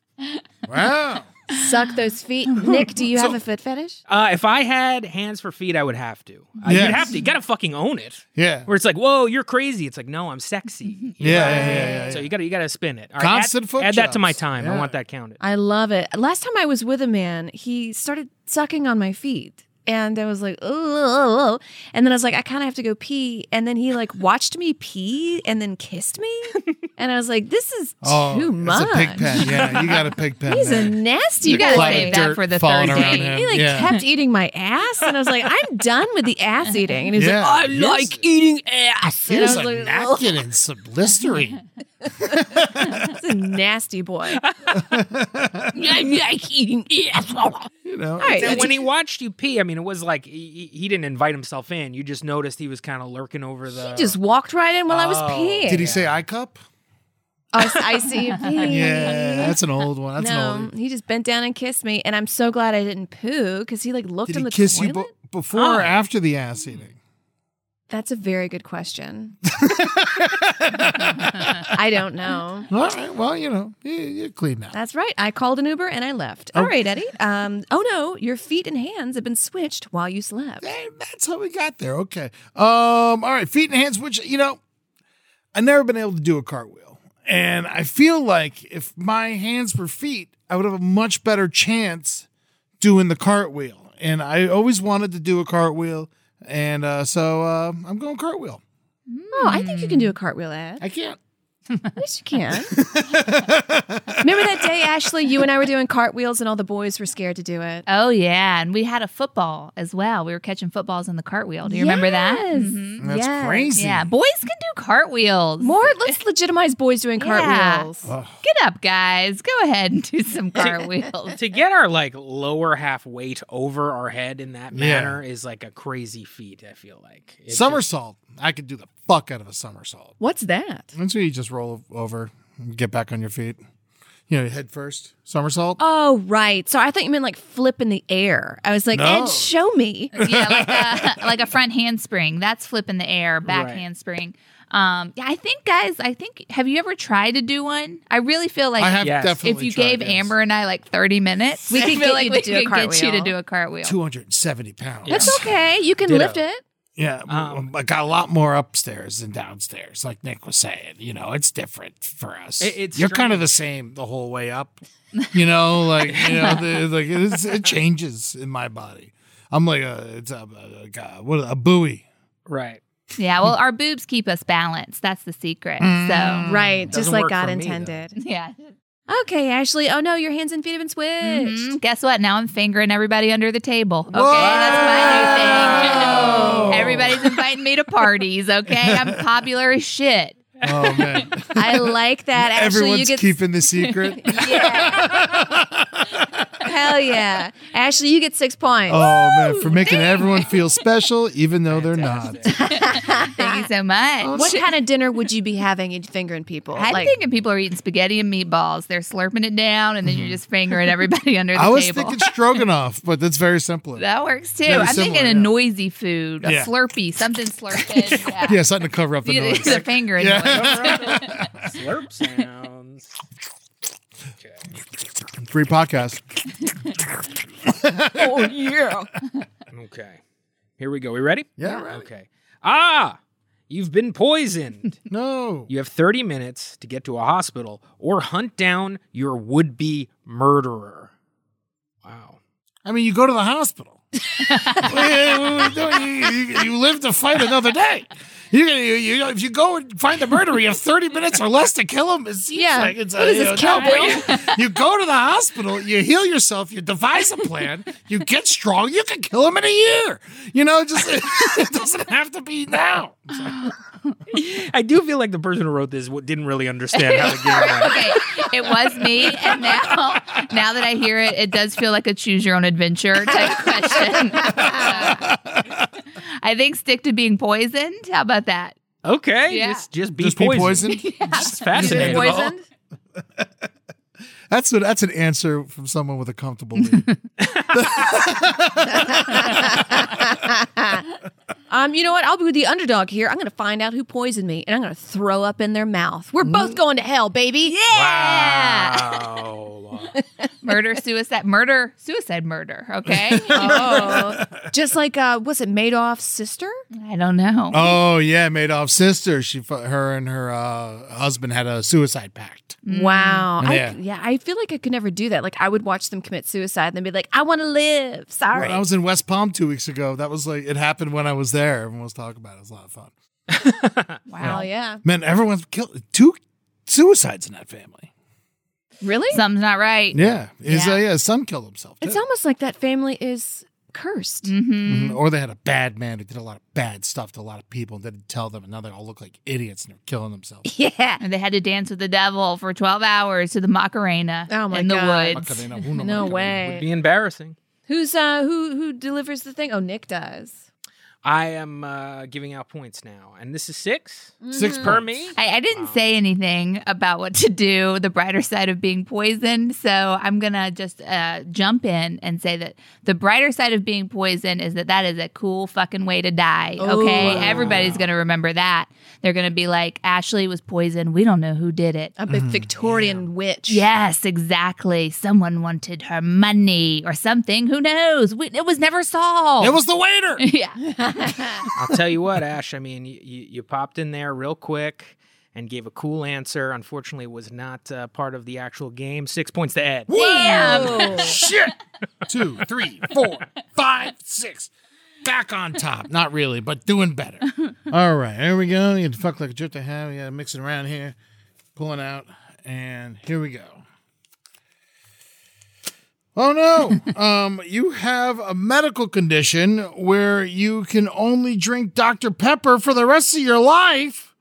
D: wow.
C: Suck those feet. Nick, do you have a foot fetish?
E: Uh, if I had hands for feet, I would have to. Uh,
D: Yes.
E: You'd have to. You gotta fucking own it.
D: Yeah.
E: Where it's like, whoa, you're crazy. It's like, no,
F: *laughs*
E: I'm sexy. You
D: Yeah,
E: know what I
D: yeah,
E: mean?
D: yeah, yeah,
E: So
D: yeah.
E: you gotta you gotta spin it. All add-
D: Constant foot
E: Add that to my
D: jobs.
E: time. I
D: Yeah.
E: want that counted.
C: I love it. Last time I was with a man, he started sucking on my feet. And I was like, oh, and then I was like, I kind of have to go pee. And then he like watched me pee and then
F: *laughs*
C: kissed me. And I was like, this is
D: Oh,
C: too much.
D: It's a pig pen. Yeah, you got a pig pen.
C: He's a
D: there.
C: nasty
F: You gotta
C: boy.
D: Cloud of
F: save that
D: dirt
F: for the
D: falling
F: third
D: around
F: date.
D: him.
C: He like
D: yeah.
C: kept eating my ass, and I was like, "I'm done with the ass eating." And he's
D: Yeah.
C: like, "I
D: Here's-
C: like eating ass." And I
D: Here's
C: was
D: a
C: like, "Ugh,
D: napkin and some Listerine.
C: "That's a nasty
D: *laughs*
C: boy." *laughs* I like eating ass.
D: You know,
C: All right.
E: And when he watched you pee, I mean, it was like he, he- he didn't invite himself in. You just noticed he was kind of lurking over the.
C: He just walked right in while I was
E: Oh.
C: peeing.
D: did he say I cup?
C: I, I
D: *laughs*
C: see you peeing.
D: Yeah, that's an old one. That's an
C: No,
D: old.
C: he just bent down and kissed me, and I'm so glad I didn't poo because he like looked
D: Did
C: in
D: he
C: the
D: kiss
C: toilet. Oh.
D: you bo- before or after the ass eating?
C: That's a very good
D: *laughs*
C: question. I don't know.
D: All right. Well, you know, you, you're clean now.
C: That's right. I called an Uber and I left.
D: Oh.
C: All right, Eddie. Um, oh no, your feet and hands have been switched while you slept.
D: Hey, that's how we got there. Okay. Um. All right. Feet and hands. Which you know, I've never been able to do a cartwheel, and I feel like if my hands were feet, I would have a much better chance doing the cartwheel. And I always wanted to do a cartwheel, and uh, so uh, I'm going cartwheel.
C: Oh, I think you can do a cartwheel, Ed.
D: I can't.
C: Yes, you
D: *laughs*
C: can. Remember that day, Ashley? You and I were doing cartwheels, and all the boys were scared to do it.
F: Oh yeah, and we had a football as well. We were catching footballs in the cartwheel. Do you remember that?
C: Yes.
F: Mhm.
D: Mm-hmm. That's
C: Yes.
D: crazy.
F: Yeah, boys can do cartwheels.
C: *laughs* More, let's legitimize boys doing
F: Yeah.
C: cartwheels.
F: Get up, guys. Go ahead and do some cartwheels.
E: to get our like lower half weight over our head in that
D: Yeah.
E: manner is like a crazy feat. I feel like It's just-
D: Somersault. I could do the fuck out of a somersault.
C: What's that?
D: That's where you just roll over, and get back on your feet. You know, head first, somersault.
C: Oh, right. So I thought you meant like flip in the air. I was like,
D: No.
C: Ed, show me.
F: yeah, like
E: *laughs*
F: a, like a front handspring. That's flip in the air, back
E: Right.
F: handspring. Um, yeah, I think, guys. I think. Have you ever tried to do one? I really feel like
D: I have
E: Yes.
D: definitely.
F: if you
D: tried,
F: gave
D: yes.
F: Amber and I like thirty minutes, we
C: I
F: could
C: feel
F: get
C: like
F: you
C: we
F: to
C: could
F: do a
C: get
F: cartwheel. you to do a cartwheel.
D: 270 pounds.
E: Yeah.
C: That's okay. You can
E: Ditto.
C: lift it.
D: Yeah.
E: Um,
D: I got a lot more upstairs than downstairs, like Nick was saying. You know, it's different for us.
E: It- it's
D: You're kind
E: strange.
D: of the same the whole way up. You know, like, you know, the, like it's, it changes in my body. I'm like a, it's a, like a, what, a buoy.
E: right.
F: Yeah, well, our boobs keep us balanced. That's the secret.
C: Mm-hmm.
F: So,
C: Mm. Right.
E: Doesn't
C: just like
E: work
C: God
E: for me, though.
C: intended.
F: yeah.
C: okay, Ashley. Oh, no. Your hands and feet have been switched.
F: Mhm. Guess what? Now I'm fingering everybody under the table. Okay, that's my new
D: Whoa.
F: thing. Everybody's inviting me to parties. Okay, I'm popular as shit.
D: Oh, man.
C: I like that. Ashley, you
D: Everyone's
C: get. *laughs*
D: keeping the secret.
C: yeah. Hell yeah. Ashley, you get six points.
D: oh, man. For making everyone feel special, even though they're not.
F: Thank you so much.
C: What kind of dinner would you be having and fingering people?
F: I'm thinking people are eating spaghetti and meatballs. They're slurping it down, and then you're just fingering everybody under the
D: I was
F: table.
D: thinking Stroganoff, but that's very simple.
F: that works too.
D: Very
F: I'm
D: similar,
F: thinking
D: yeah.
F: a noisy food, a
D: Yeah.
F: slurpee, something slurping. Yeah.
D: yeah, something to cover up the
F: Yeah,
D: noise. *laughs*
F: the finger.
D: Yeah.
F: noise.
E: Slurp sounds.
D: Free podcast.
G: oh yeah.
E: Okay. Here we go. We ready?
D: Yeah, right.
E: Okay. Ah, you've been poisoned.
D: No.
E: you have 30 minutes to get to a hospital or hunt down your would be murderer. Wow.
D: I mean, you go to the hospital. What are you doing? you, you- you live to fight another day. You, you, you, if you go and find the murderer, you have 30 minutes or less to kill him. It seems
C: Yeah.
D: like it's
C: What
D: a,
C: is
D: you
C: this,
D: know, no,
C: cowboy?
D: but you, you go to the hospital, you heal yourself, you devise a plan, you get strong, you can kill him in a year. You know, just *laughs* it doesn't have to be now.
E: *laughs* I do feel like the person who wrote this w- didn't really understand how the game went.
F: *laughs* Okay, it was me, and now now that I hear it, it does feel like a choose your own adventure type question. Uh, I think stick to being poisoned. How about that?
E: Okay,
F: Yeah.
E: just just be
D: Just be
E: poisoned.
F: *laughs*
D: poisoned.
E: Just
D: You've
E: fascinating.
D: been poisoned.
G: Poisoned.
D: That's a, that's an answer from someone with a comfortable lead.
C: Um, you know what? I'll be with the underdog here. I'm going to find out who poisoned me, and I'm going to throw up in their mouth. We're
F: Mm.
C: both going to hell, baby. Yeah.
E: Wow.
F: *laughs* Murder, suicide, murder, suicide, murder.
E: *laughs*
F: Okay, *laughs*
C: Oh, just like uh, was it Madoff's sister?
F: I don't know.
D: oh yeah, Madoff's sister. She, fu- her and her uh, husband had a suicide pact.
F: Mm.
C: Wow.
D: Yeah.
C: I, yeah, I feel like I could never do that. Like I would watch them commit suicide and then be like, I want to live. Sorry.
D: When I was in West Palm two weeks ago, that was like it happened when I was there. Everyone was talking about it. It was a lot of fun.
C: wow. Yeah.
D: Man, everyone's killed two suicides in that family.
C: Really?
F: Something's not right.
D: Yeah, It's, uh,
F: Yeah.
D: yeah. Some killed himself. Too.
C: It's almost like that family is cursed.
D: *laughs*
F: hmm
C: Mm-hmm.
D: Mhm. Or they had a bad man who did a lot of bad stuff to a lot of people and didn't tell them, and now they all look like idiots and they're killing
C: *laughs*
D: themselves.
C: Yeah.
F: And they had to dance with the devil for twelve hours to the Macarena
C: Oh my
F: in the
C: God.
F: woods.
D: Macarena, uno,
C: No
D: Macarena.
E: Would
C: way.
E: be embarrassing.
C: Who's uh who who delivers the thing? Oh, Nick does.
E: I am uh, giving out points now, and this is six
D: Six
E: per
D: points.
E: me.
F: Mm-hmm. I, I didn't say anything about what to do, the brighter side of being poisoned. So I'm going to just uh, jump in and say that the brighter side of being poisoned is that that is a cool fucking way to die.
E: Oh,
F: okay. Everybody's going to remember that. They're going to be like, Ashley was poisoned. We don't know who did it.
C: A big
D: Mm.
C: Victorian witch.
F: Yes, exactly. Someone wanted her money or something. Who knows? We, it was never solved.
D: It
E: *laughs*
D: was the waiter.
F: yeah.
E: I'll tell you what, Ash. I mean, you, you, you popped in there real quick and gave a cool answer. Unfortunately, it was not uh, part of the actual game. Six points to Ed.
C: *laughs* Damn. *laughs*
D: Shit. Two, three, four, five, six. Back on top. Not really, but doing better. All right, here we go. You had to fuck like a jerk to have. You got to mix it around here, pulling out, and here we go. Oh *laughs* no! um, you have a medical condition where you can only drink Dr. Pepper for the rest of your life.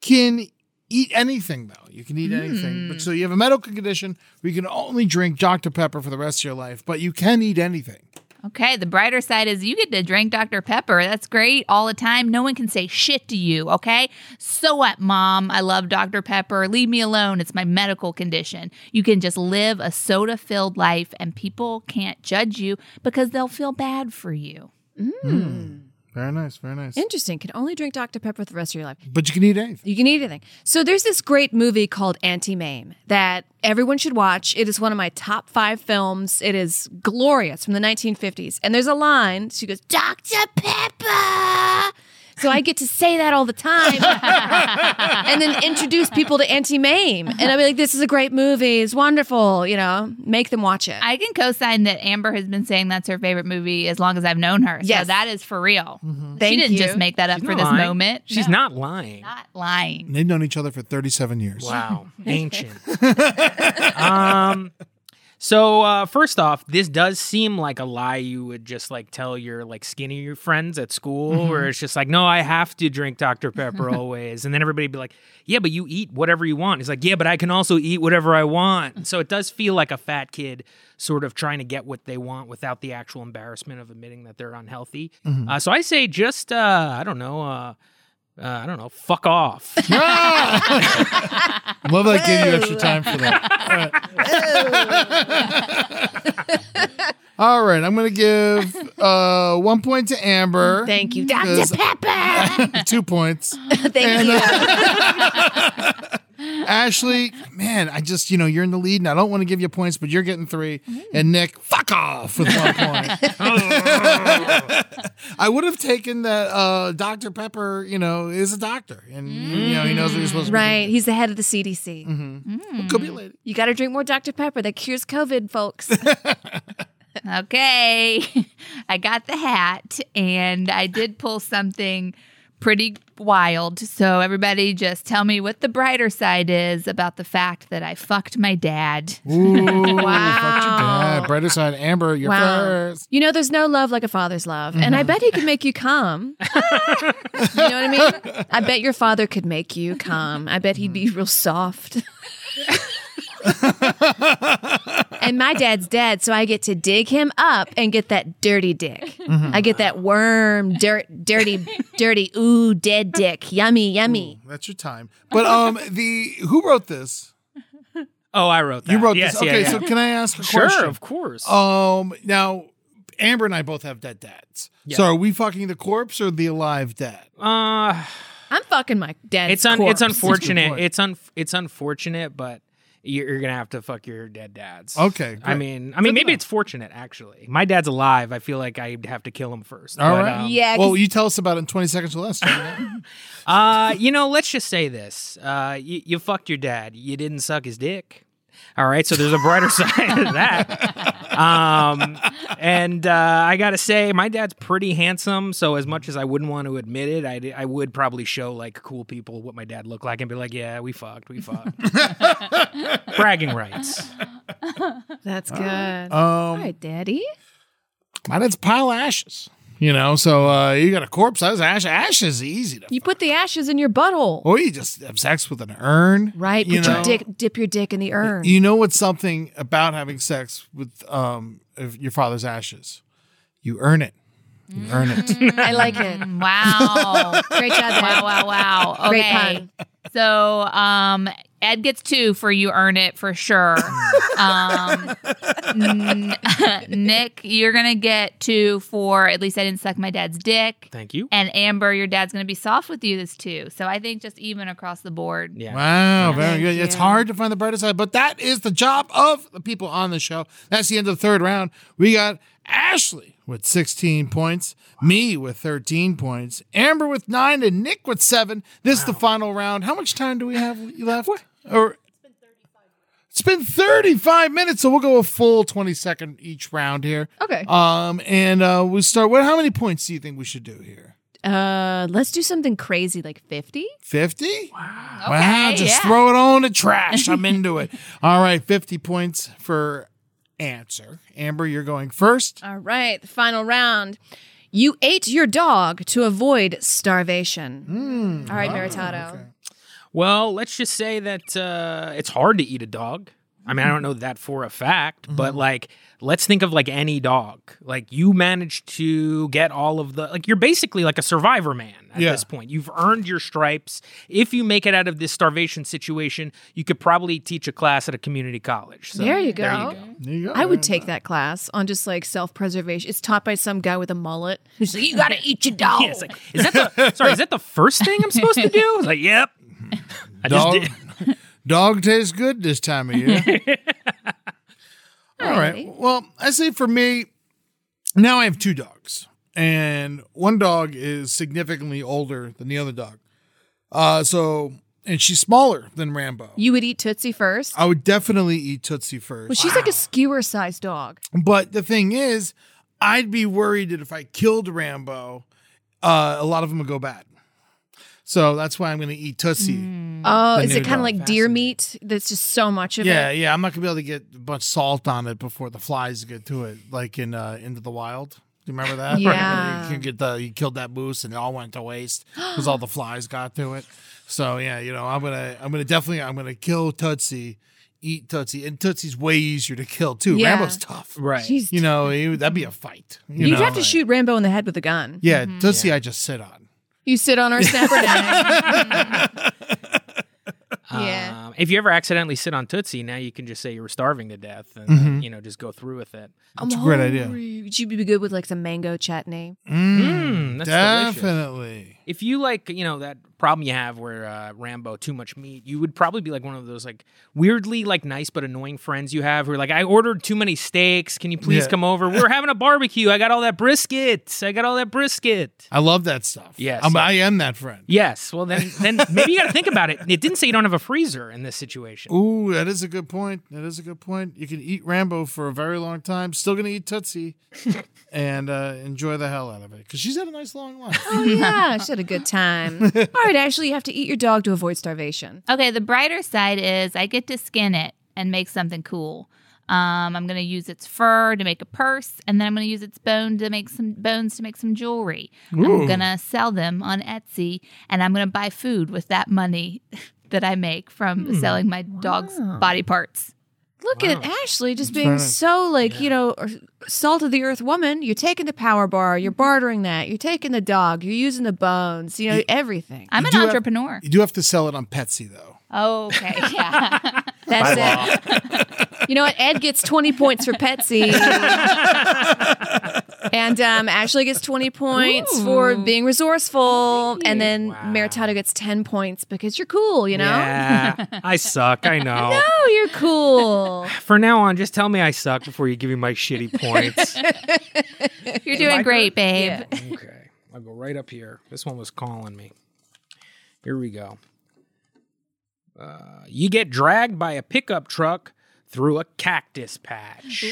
D: Can eat anything though. You can eat anything, but so you have a medical condition where you can only drink Dr. Pepper for the rest of your life, but you can eat anything.
F: Okay, the brighter side is you get to drink Dr. Pepper. That's great all the time. No one can say shit to you, okay? So what, mom? I love Dr. Pepper. Leave me alone. It's my medical condition. You can just live a soda filled life and people can't judge you because they'll feel bad for you.
D: Very nice, very nice.
C: Interesting. Can only drink Dr. Pepper the rest of your life.
D: Eh. But you can eat anything.
C: You can eat anything. So there's this great movie called Anti Mame that everyone should watch. It is one of my top five films. It is glorious from the 1950s. And there's a line. She goes, Dr. Pepper. So I get to say that all the time *laughs* and then introduce people to Anti Mame. And I'll be like, this is a great movie. It's wonderful. You know, make them watch it.
F: I can co sign that Amber has been saying that's her favorite movie as long as I've known her. So
C: Yes.
F: that is for real. she
C: Thank
F: didn't
C: you.
F: just make that up
E: She's
F: for
E: not
F: this
E: lying.
F: moment.
E: She's
F: No,
E: not lying.
F: not lying.
D: And they've known each other for 37 years.
E: *laughs* Wow, ancient. um, so uh, first off, this does seem like a lie you would just like tell your like skinnier friends at school,
D: Mm-hmm.
E: where it's just like, no, I have to drink
D: *laughs*
E: Dr Pepper always, and then everybody would be like, yeah, but you eat whatever you want. He's like, yeah, but I can also eat whatever I want. So it does feel like a fat kid sort of trying to get what they want without the actual embarrassment of admitting that they're unhealthy.
D: Mm-hmm.
E: Uh, so I say, just uh, I don't know. Uh, uh, I don't know.
D: *laughs*
E: Fuck off.
D: Love that *laughs* I gave you extra time for that. All right, All right, I'm going to give uh, one point to Amber.
C: Thank you, Dr.
D: *laughs* Because-
C: Pepper.
D: Two points.
C: Thank you.
D: *laughs* Ashley, man, I just, you know, you're in the lead and I don't want to give you points, but you're getting three. And Nick, fuck off with one
E: *laughs*
D: point. I would have taken that uh, Dr. Pepper, you know, is a doctor and, you know, he knows what he's supposed to be.
C: Right. He's the head of the CDC.
D: doing. Could be a lady.
C: You got to drink more Dr. Pepper. That cures COVID, folks.
F: okay. *laughs* I got the hat and I did pull something pretty wild. So everybody just tell me what the brighter side is about the fact that I fucked my dad.
D: Ooh, wow. Brighter side, Amber, you're
C: Wow.
D: first.
C: You know, there's no love like a father's love. And I bet he could make you
E: *laughs*
C: come. you know what I mean? I bet your father could make you come. I bet he'd
E: Mm.
C: be real soft. and my dad's dead, so I get to dig him up and get that dirty dick.
E: Mm-hmm.
C: I get that worm, dirt, dirty, dirty, ooh, dead dick. Yummy, yummy.
D: That's your time. But um, the who wrote this?
E: Oh, I wrote that.
D: You wrote
E: yes,
D: this.
E: yeah,
D: okay,
E: yeah.
D: so can I ask a
E: sure,
D: question?
E: of course.
D: Um, now Amber and I both have dead dads. So
E: Yeah.
D: are we fucking the corpse or the alive dad?
E: uh,
C: I'm fucking my dad's
E: it's un-
C: corpse.
E: it's unfortunate.
D: point.
E: it's un- it's unfortunate, but you're, you're gonna have to fuck your dead dads.
D: Okay,
E: I
D: great.
E: mean, I mean, maybe it's fortunate actually. My dad's alive. I feel like I'd have to kill him first.
D: All
E: but,
D: right.
E: um,
C: Yeah, 'cause-
D: Well, you tell us about it in 20 seconds or less. Jamie.
C: *laughs*
E: Uh, you know, let's just say this. Uh, you, you fucked your dad. You didn't suck his dick. All right, so there's a brighter *laughs* side of that. Um, and uh, I gotta say, my dad's pretty handsome. So as much as I wouldn't want to admit it, I, I would probably show like cool people what my dad looked like and be like, "Yeah, we fucked, we fucked." Bragging rights. Uh,
C: That's good. All
D: um,
C: right, daddy.
D: my dad's a pile of ashes. You know, so uh, you got a corpse. That's ash. Ash is easy to.
C: You put the ashes in your butthole.
D: or you just have sex with an urn.
C: Right, put
D: You know?
C: your dick, dip your dick in the urn.
D: You know what's something about having sex with um of your father's ashes? You earn it. You earn it.
C: I like it.
F: Wow.
C: *laughs* Great job, Dad.
F: wow, wow, wow. Okay.
C: Great pun.
F: So, um, Ed gets two for you earn it for sure. um, n- *laughs* Nick, you're gonna get two for at least I didn't suck my dad's dick.
E: Thank you.
F: And Amber, your dad's gonna be soft with you this too. So I think just even across the board.
E: Yeah.
D: Wow, very
C: Thank
D: good. It's
C: you.
D: hard to find the brighter side, but that is the job of the people on the show. That's the end of the third round. We got Ashley with 16 points, me with 13 points, Amber with nine, and Nick with seven. This is the final round. How much time do we have left? Or it's been 35 minutes, so we'll go a full 20 second each round here.
C: Okay.
D: Um, and uh, we start. What? How many points do you think we should do here?
C: Uh, let's do something crazy like 50.
D: Fifty. Wow.
F: Okay,
D: Just
F: yeah.
D: throw it on the trash. I'm into it. All right, fifty points for answer. Amber, you're going first.
C: All right, the final round. You ate your dog to avoid starvation. All right, Maritato.
E: Well, let's just say that uh, it's hard to eat a dog. I mean, I
D: Mm-hmm.
E: don't know that for a fact, but like, let's think of like any dog. Like, you managed to get all of the, like, you're basically like a survivor man at
D: Yeah.
E: this point. You've earned your stripes. If you make it out of this starvation situation, you could probably teach a class at a community college. So
C: There you
E: There you
C: go.
E: go.
D: There you go.
C: I would take that class on just like self preservation. It's taught by some guy with a mullet who's like, you gotta eat your dog.
E: Yeah, it's like, is that the, sorry, is that the first thing I'm supposed to do? It's
D: *laughs*
E: like, yep. I just
D: Dog,
E: did.
D: dog tastes good this time of year. All right. Well, I say for me, now I have two dogs, and one dog is significantly older than the other dog. Uh, so and she's smaller than Rambo.
C: you would eat Tootsie first?
D: I would definitely eat Tootsie first.
C: Well, she's like a skewer sized dog.
D: But the thing is, I'd be worried that if I killed Rambo, uh, a lot of them would go bad. So that's why I'm going to eat Tootsie.
C: Oh,
D: Mm. The
C: is
D: new
C: it kind
D: dog.
C: of like deer meat? That's just so much of
D: Yeah,
C: it.
D: yeah. I'm not going to be able to get a bunch of salt on it before the flies get to it, like in uh, Into the Wild. Do you remember that?
C: Yeah.
D: You, can get the, you killed that moose and it all went to waste because all the flies got to it. So yeah, you know, I'm gonna, I'm gonna definitely, I'm gonna kill Tootsie, eat Tootsie, and Tootsie's way easier to kill too.
C: Yeah.
D: Rambo's tough,
E: Right.
C: She's-
D: You know, he- that'd be a fight. You
C: You'd
D: know,
C: have to
D: like-
C: shoot Rambo in the head with a gun.
D: Yeah,
F: Mm-hmm.
D: Tootsie, I just sit on.
C: You sit on our
D: *laughs*
C: snapper neck. yeah.
D: Uh,
E: Um, if you ever accidentally sit on Tootsie, now you can just say you were starving to death and, uh,
D: Mm-hmm.
E: you know, just go through with it.
C: That's
D: a great idea.
C: Would you be good with like some mango chutney?
E: Mm, that's delicious.
D: Definitely.
E: if you like, you know, that problem you have where uh, Rambo too much meat, you would probably be like one of those like weirdly like nice but annoying friends you have who are like, I ordered too many steaks. Can you please
D: Yeah.
E: come over? We're having a barbecue. I got all that brisket. I got all that brisket.
D: I love that stuff.
E: Yes.
D: I'm, I am that friend.
E: Yes. Well, then, then maybe you got to think about it. It didn't say you don't have a freezer in this situation.
D: Ooh, that is a good point. That is a good point. You can eat Rambo for a very long time. Still gonna eat
E: *laughs*
D: Tootsie, and uh, enjoy the hell out of it because she's had a nice long
F: *laughs*
D: life.
C: Oh
D: *laughs*
C: yeah, she had a good time. All right, actually, you have to eat your dog to avoid starvation.
F: Okay, the brighter side is I get to skin it and make something cool. Um, I'm gonna use its fur to make a purse, and then I'm gonna use its bone to make some bones to make some jewelry. I'm gonna sell them on Etsy, and I'm gonna buy food with that money *laughs* that I make from selling my dog's body parts.
C: Look at Ashley just
D: trying
C: being
D: to-
C: so like you know or- salt of the earth woman. You're taking the power bar, you're bartering that, you're taking the dog, you're using the bones, you know everything.
F: I'm
D: You
F: an
D: do have-
F: entrepreneur. Oh,
D: You do have to sell it on Petsy though.
F: okay, yeah.
C: That's it. *laughs* you know what? Ed gets 20 points for Petsy. and um, Ashley gets 20 points for being resourceful. And then Maritato gets 10 points because you're cool, you know?
E: Yeah. I suck. I know.
C: Oh, you're cool.
E: For now on, just tell me I suck before you give me my shitty points.
F: *laughs* You're doing great, babe. *laughs*
E: Okay. I'll go right up here. This one was calling me. Here we go. Uh, you get dragged by a pickup truck through a cactus patch.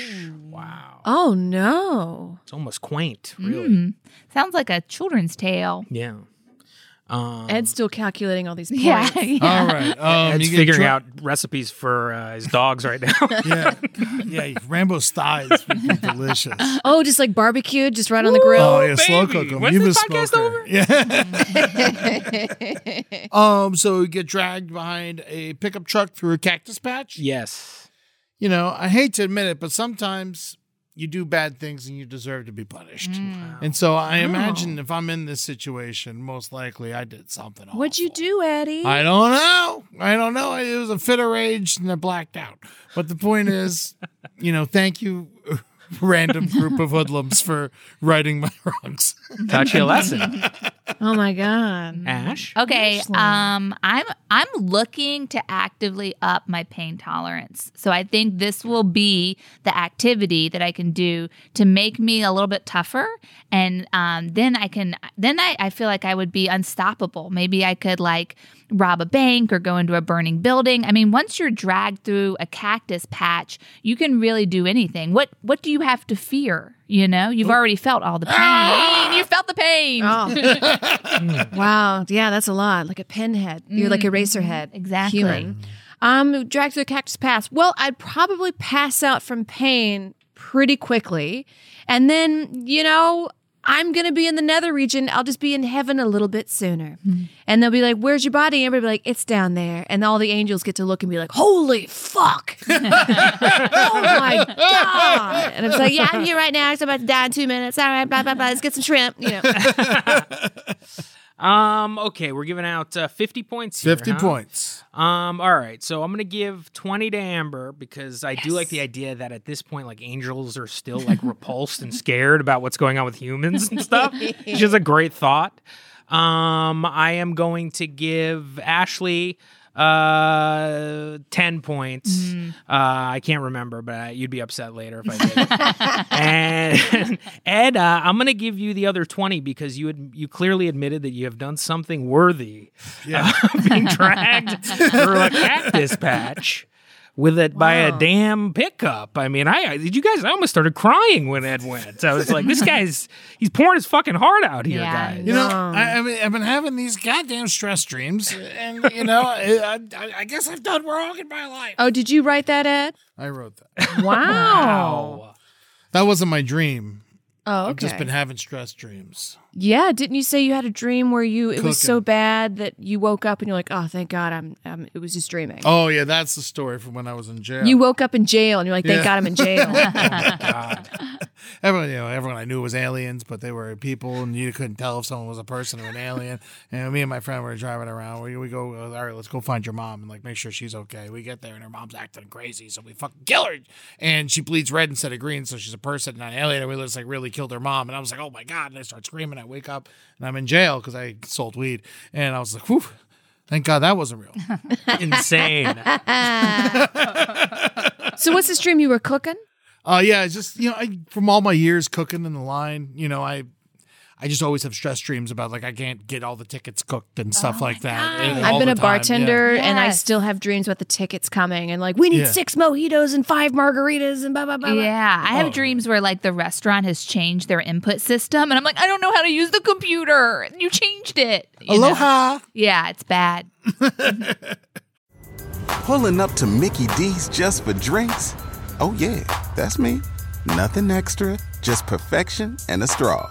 E: Wow.
C: Oh, no.
E: It's almost quaint, really.
F: Mm. Sounds like a children's tale.
E: Yeah. Um,
C: Ed's still calculating all these points.
F: Yeah, yeah.
D: All right. Um,
E: Ed's
D: you get
E: figuring
D: dra-
E: out recipes for uh, his dogs right now. *laughs*
D: Yeah, yeah. Rambo's thighs
F: *laughs*
D: would be delicious.
C: Oh, just like barbecued, just right on the grill.
D: Oh yeah, slow
E: baby.
D: cook 'em.
E: When's
D: You've
E: this
D: a
E: podcast
D: smoker.
E: over?
D: Yeah. *laughs* um. So you get dragged behind a pickup truck through a cactus patch.
E: yes.
D: You know, I hate to admit it, but sometimes you do bad things and you deserve to be punished.
E: Mm.
D: And so I imagine if I'm in this situation, most likely I did something.
C: What'd you
D: awful.
C: do, Eddie?
D: I don't know. I don't know. It was a fit of rage and I blacked out. But the point is, you know, thank you, *laughs* random group of hoodlums, for *laughs* righting my wrongs.
E: Taught you a lesson.
C: oh, my God.
E: Ash?
F: Okay, um, I'm I'm looking to actively up my pain tolerance. So I think this will be the activity that I can do to make me a little bit tougher, and um, then I can then I, I feel like I would be unstoppable. Maybe I could like rob a bank or go into a burning building. I mean, once you're dragged through a cactus patch, you can really do anything. What what do you have to fear? You know, you've already felt all the *gasps* pain. you felt the pain.
C: Wow. Yeah, that's a lot. Like a pinhead. You're like a
D: Mm-hmm.
C: racer head.
F: Exactly.
C: Human. Um, dragged through the cactus pass. Well, I'd probably pass out from pain pretty quickly. And then, you know, I'm going to be in the nether region. I'll just be in heaven a little bit sooner.
D: Mm-hmm.
C: And they'll be like, Where's your body? And everybody be like, It's down there. And all the angels get to look and be like, Holy
D: *laughs*
C: fuck. oh my God. And it's like, Yeah, I'm here right now. I'm about to die in two minutes. All right, blah, blah, blah. Let's get some shrimp. You know.
E: Um, okay, we're giving out uh, 50 points here,
D: 50
E: huh?
D: points.
E: Um, all right, so I'm gonna give 20 to Amber because I do like the idea that at this point, like angels are still like repulsed and scared about what's going on with humans and stuff. Which is a great thought. Um, I am going to give Ashley uh 10 points. Uh, I can't remember, but uh, you'd be upset later if I did. and *laughs* Ed, uh, I'm gonna give you the other 20 because you had, you clearly admitted that you have done something worthy
D: Yeah.
E: *laughs* being dragged through a cactus patch with it by a damn pickup. I mean, I, I did you guys? I almost started crying when Ed went. I was like, this guy's he's pouring his fucking heart out here,
F: Yeah.
E: guys.
D: You know, I, I mean, I've been having these goddamn stress dreams, and you know, *laughs* I, I, I guess I've done wrong in my life.
C: Oh, did you write that, Ed?
D: I wrote that.
C: Wow.
E: Wow.
D: That wasn't my dream.
C: Oh, okay.
D: I've just been having stress dreams.
C: yeah, didn't you say you had a dream where you it was so
D: Cooking.
C: bad that you woke up and you're like, "Oh, thank God, I'm um it was just dreaming."
D: Oh yeah, that's the story from when I was in jail. *laughs*
C: You woke up in jail and you're like, "Thank
D: Yeah.
C: God, I'm in jail."
D: everyone, you know, everyone I knew was aliens, but they were people, and you couldn't tell if someone was a person or an alien. And me and my friend were driving around. We, we go, all right, let's go find your mom and like make sure she's okay. We get there, and her mom's acting crazy, so we fucking kill her, and she bleeds red instead of green, so she's a person, not an alien. And we just like really killed her mom, and I was like, oh my god! And I start screaming. I wake up, and I'm in jail because I sold weed, and I was like, whew. Thank God that wasn't real.
E: Insane.
C: So what's the stream you were cooking?
D: Uh, yeah, it's just you know, I, from all my years cooking in the line, you know, I, I just always have stress dreams about like I can't get all the tickets cooked and stuff like that. and all
C: I've been
D: the
C: a
D: time, yeah.
C: bartender and I
F: Yes.
C: still have dreams about the tickets coming and like we need
D: Yeah.
C: six mojitos and five margaritas and blah blah blah. blah.
F: Yeah, I
E: Oh.
F: have dreams where like the restaurant has changed their input system, and I'm like, I don't know how to use the computer. You changed it. you know?
D: Aloha.
F: Yeah, it's bad.
H: Pulling up to Mickey D's just for drinks? Oh, yeah, that's me. Nothing extra, just perfection and a straw.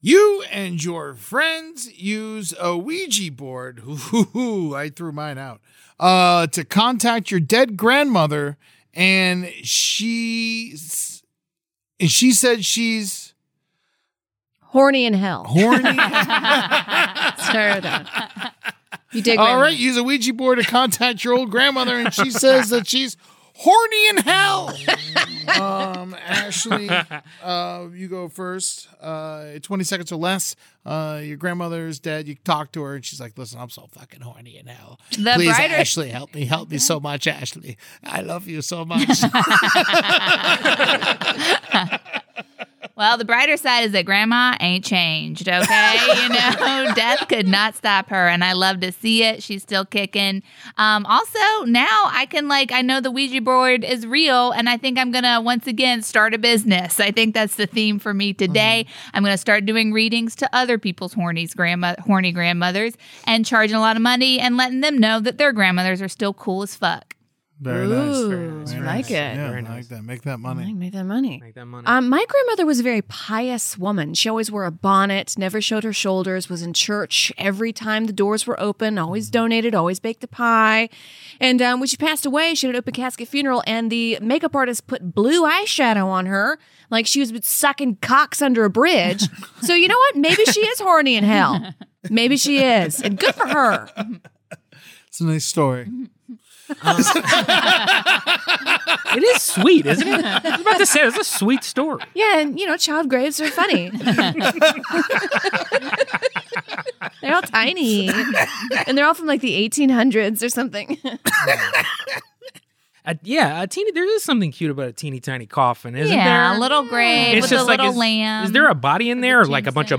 D: You and your friends use a Ouija board. *laughs* Ooh, I threw mine out. Uh, to contact your dead grandmother, and she, and she said she's
C: Horny in
F: *laughs*
C: hell. *laughs*
D: horny.
C: Sure then. You dig
D: All
C: me?
D: right, use a Ouija board to contact your old grandmother, and she says that she's horny in hell. *laughs* um, Ashley, uh, you go first. Uh, Twenty seconds or less. Uh, your grandmother's dead. You talk to her, and she's like, "Listen, I'm so fucking horny in hell.
F: The
D: Please,
F: brighter-
D: Ashley, help me, help me so much, Ashley. I love
F: *laughs*
D: you so much."
F: Well, the brighter side is that grandma ain't changed, okay? you know, *laughs* death could not stop her, and I love to see it. She's still kicking. Um, also, now I can, like, I know the Ouija board is real, and I think I'm going to once again start a business. I think that's the theme for me today. I'm going to start doing readings to other people's hornies, grandma, horny grandmothers and charging a lot of money and letting them know that their grandmothers are still cool as fuck.
D: Very nice. Very
C: Ooh,
D: nice.
C: I
D: Very
C: like
D: nice.
C: it.
D: Yeah,
E: Very
D: I
E: nice.
D: like that. Make that
C: I
D: money.
C: Make that money.
E: Make that money.
C: Um, my grandmother was a very pious woman. She always wore a bonnet, never showed her shoulders, was in church every time the doors were open, always
E: Mm-hmm.
C: donated, always baked a pie. And um, when she passed away, she had an open casket funeral, and the makeup artist put blue eyeshadow on her like she was sucking cocks under a
E: *laughs*
C: bridge. so, you know what? Maybe she is horny in hell. Maybe she is. And good for her.
D: It's a nice story.
E: it is sweet,
F: *laughs*
E: isn't it? I was about to say, it's a sweet story.
C: Yeah, and you know, child graves are
D: *laughs*
C: funny. they're all tiny, and they're all from like the 1800s
F: *laughs*
C: or something.
E: Uh, yeah, a teeny. There is something cute about a teeny tiny coffin, isn't
F: yeah,
E: there?
F: a little grave
E: It's
F: with a
E: just like,
F: little
E: is,
F: lamb.
E: Is there a body in there, or like a bunch of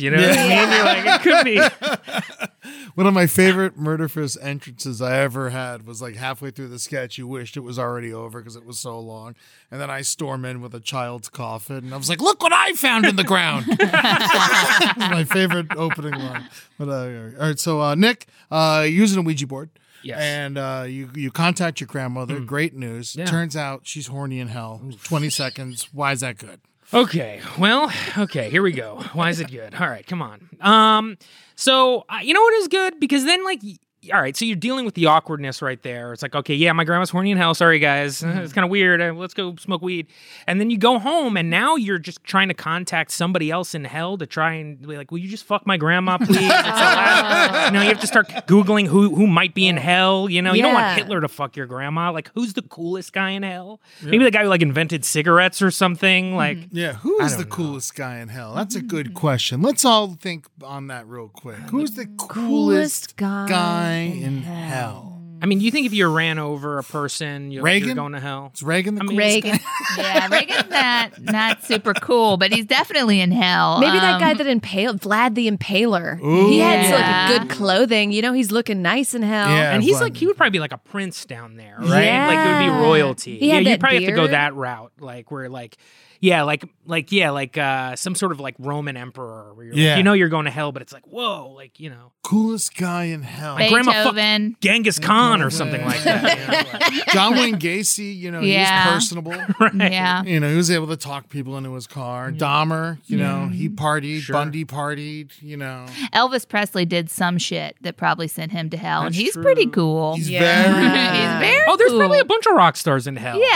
F: *laughs*
E: You know, what I mean? You're like, it could be.
D: One of my favorite Murder Fist entrances I ever had was like halfway through the sketch, you wished it was already over because it was so long. And then I storm in with a child's coffin and I was like, look what I found in the ground. *laughs* It's my favorite opening line. But, uh, all right, so uh, Nick, uh, using a Ouija board.
E: Yes. Mm.
D: And uh, you, you contact your grandmother. Great news.
E: Yeah.
D: Turns out she's horny in hell. 20 seconds. Why is that good?
E: Okay. Well, okay, here we go. Why is it good? All right, come on. Um so, uh, you know what is good because then like y- all right, so you're dealing with the awkwardness right there. It's like, okay, yeah, my grandma's horny in hell. Sorry, guys. Uh, It's kind of weird. Uh, Let's go smoke weed. And then you go home, and now you're just trying to contact somebody else in hell to try and be like, will you just fuck my grandma, please? It's allowed. you know, you have to start Googling who, who might be in hell. You know, you don't
C: Yeah.
E: want Hitler to fuck your grandma. Like, who's the coolest guy in hell? Maybe the guy who, like, invented cigarettes or something. Like,
D: Yeah, who is the coolest guy in hell? That's a good question. Let's all think on that real quick. Who's the coolest,
C: guy
D: guy in hell?
E: I mean, you think if you ran over a person, you're, you're
D: Reagan?
E: going to hell?
D: It's Reagan the coolest
C: Reagan.
F: Yeah, Reagan's not not super cool, but he's definitely in hell.
C: Maybe that
F: Um,
C: guy that impaled Vlad the Impaler. He had
F: Yeah.
C: like good clothing. You know, he's looking nice in hell.
D: Yeah.
E: and he's
D: Vlad-
E: like he would probably be like a prince down there, right? Like it would
C: Yeah.
E: be royalty.
C: He
E: yeah,
C: had
E: you
C: that
E: probably have to go
C: beard.
E: that route, like where like yeah, like like yeah, like uh some sort of like Roman emperor where you're like,
D: Yeah.
E: you know you're going to hell, but it's like, whoa, like, you know,
D: coolest guy in hell? *laughs*
E: my grandma
F: Beethoven.
E: fucked Genghis Khan or something like that. you know, like-
D: John Wayne Gacy, you know,
F: Yeah.
D: he was personable.
F: Yeah.
D: You know, he was able to talk people into his car. Dahmer, you know, he partied. Bundy partied, you know.
F: Elvis Presley did some shit that probably sent him to *laughs* hell, and he's pretty cool.
D: He's
F: He's
C: *laughs*
D: very
F: very
E: oh, there's
F: cool.
E: probably a bunch of rock stars in hell.
F: yeah.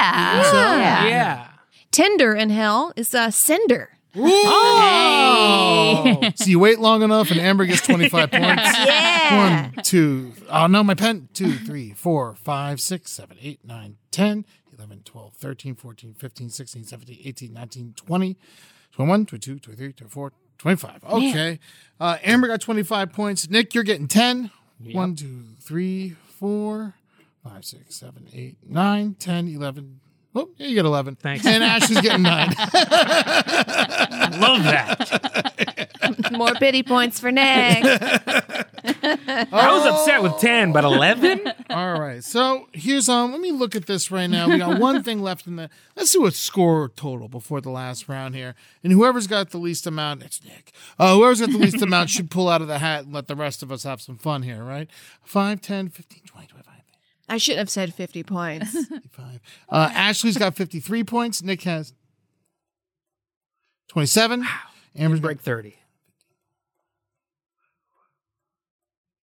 C: Yeah.
F: yeah.
E: Yeah.
C: Tinder in hell is uh, Cinder.
E: Oh.
D: So you wait long enough and Amber gets 25 points.
C: Yeah.
D: One, two, oh no, my pen. Two, three, four, five, six, seven, eight, nine, 10, 11, 12, 13, 14, 15, 16, 17, 18, 19, 20, 21, 22, 23, 24, 25. Okay. Uh, Amber got 25 points. Nick, you're getting 10. One, two, three, four, five, six, seven, eight, nine, 10, 11. Oh, yeah, you get 11.
E: Thanks.
D: And Ashley's getting 9.
E: Love that.
C: More pity points for Nick.
D: *laughs*
E: I was upset with 10, but 11?
D: All right. So here's um. Let me look at this right now. We got one thing left in the. Let's do a score total before the last round here. And whoever's got the least amount, it's Nick. Uh, whoever's got the least amount should pull out of the hat and let the rest of us have some fun here, right? 5, 10, 15, 20, 25.
C: I shouldn't have said 50 points.
D: 55. Uh, Ashley's got 53 points. Nick has 27. Amber's
E: Break 30.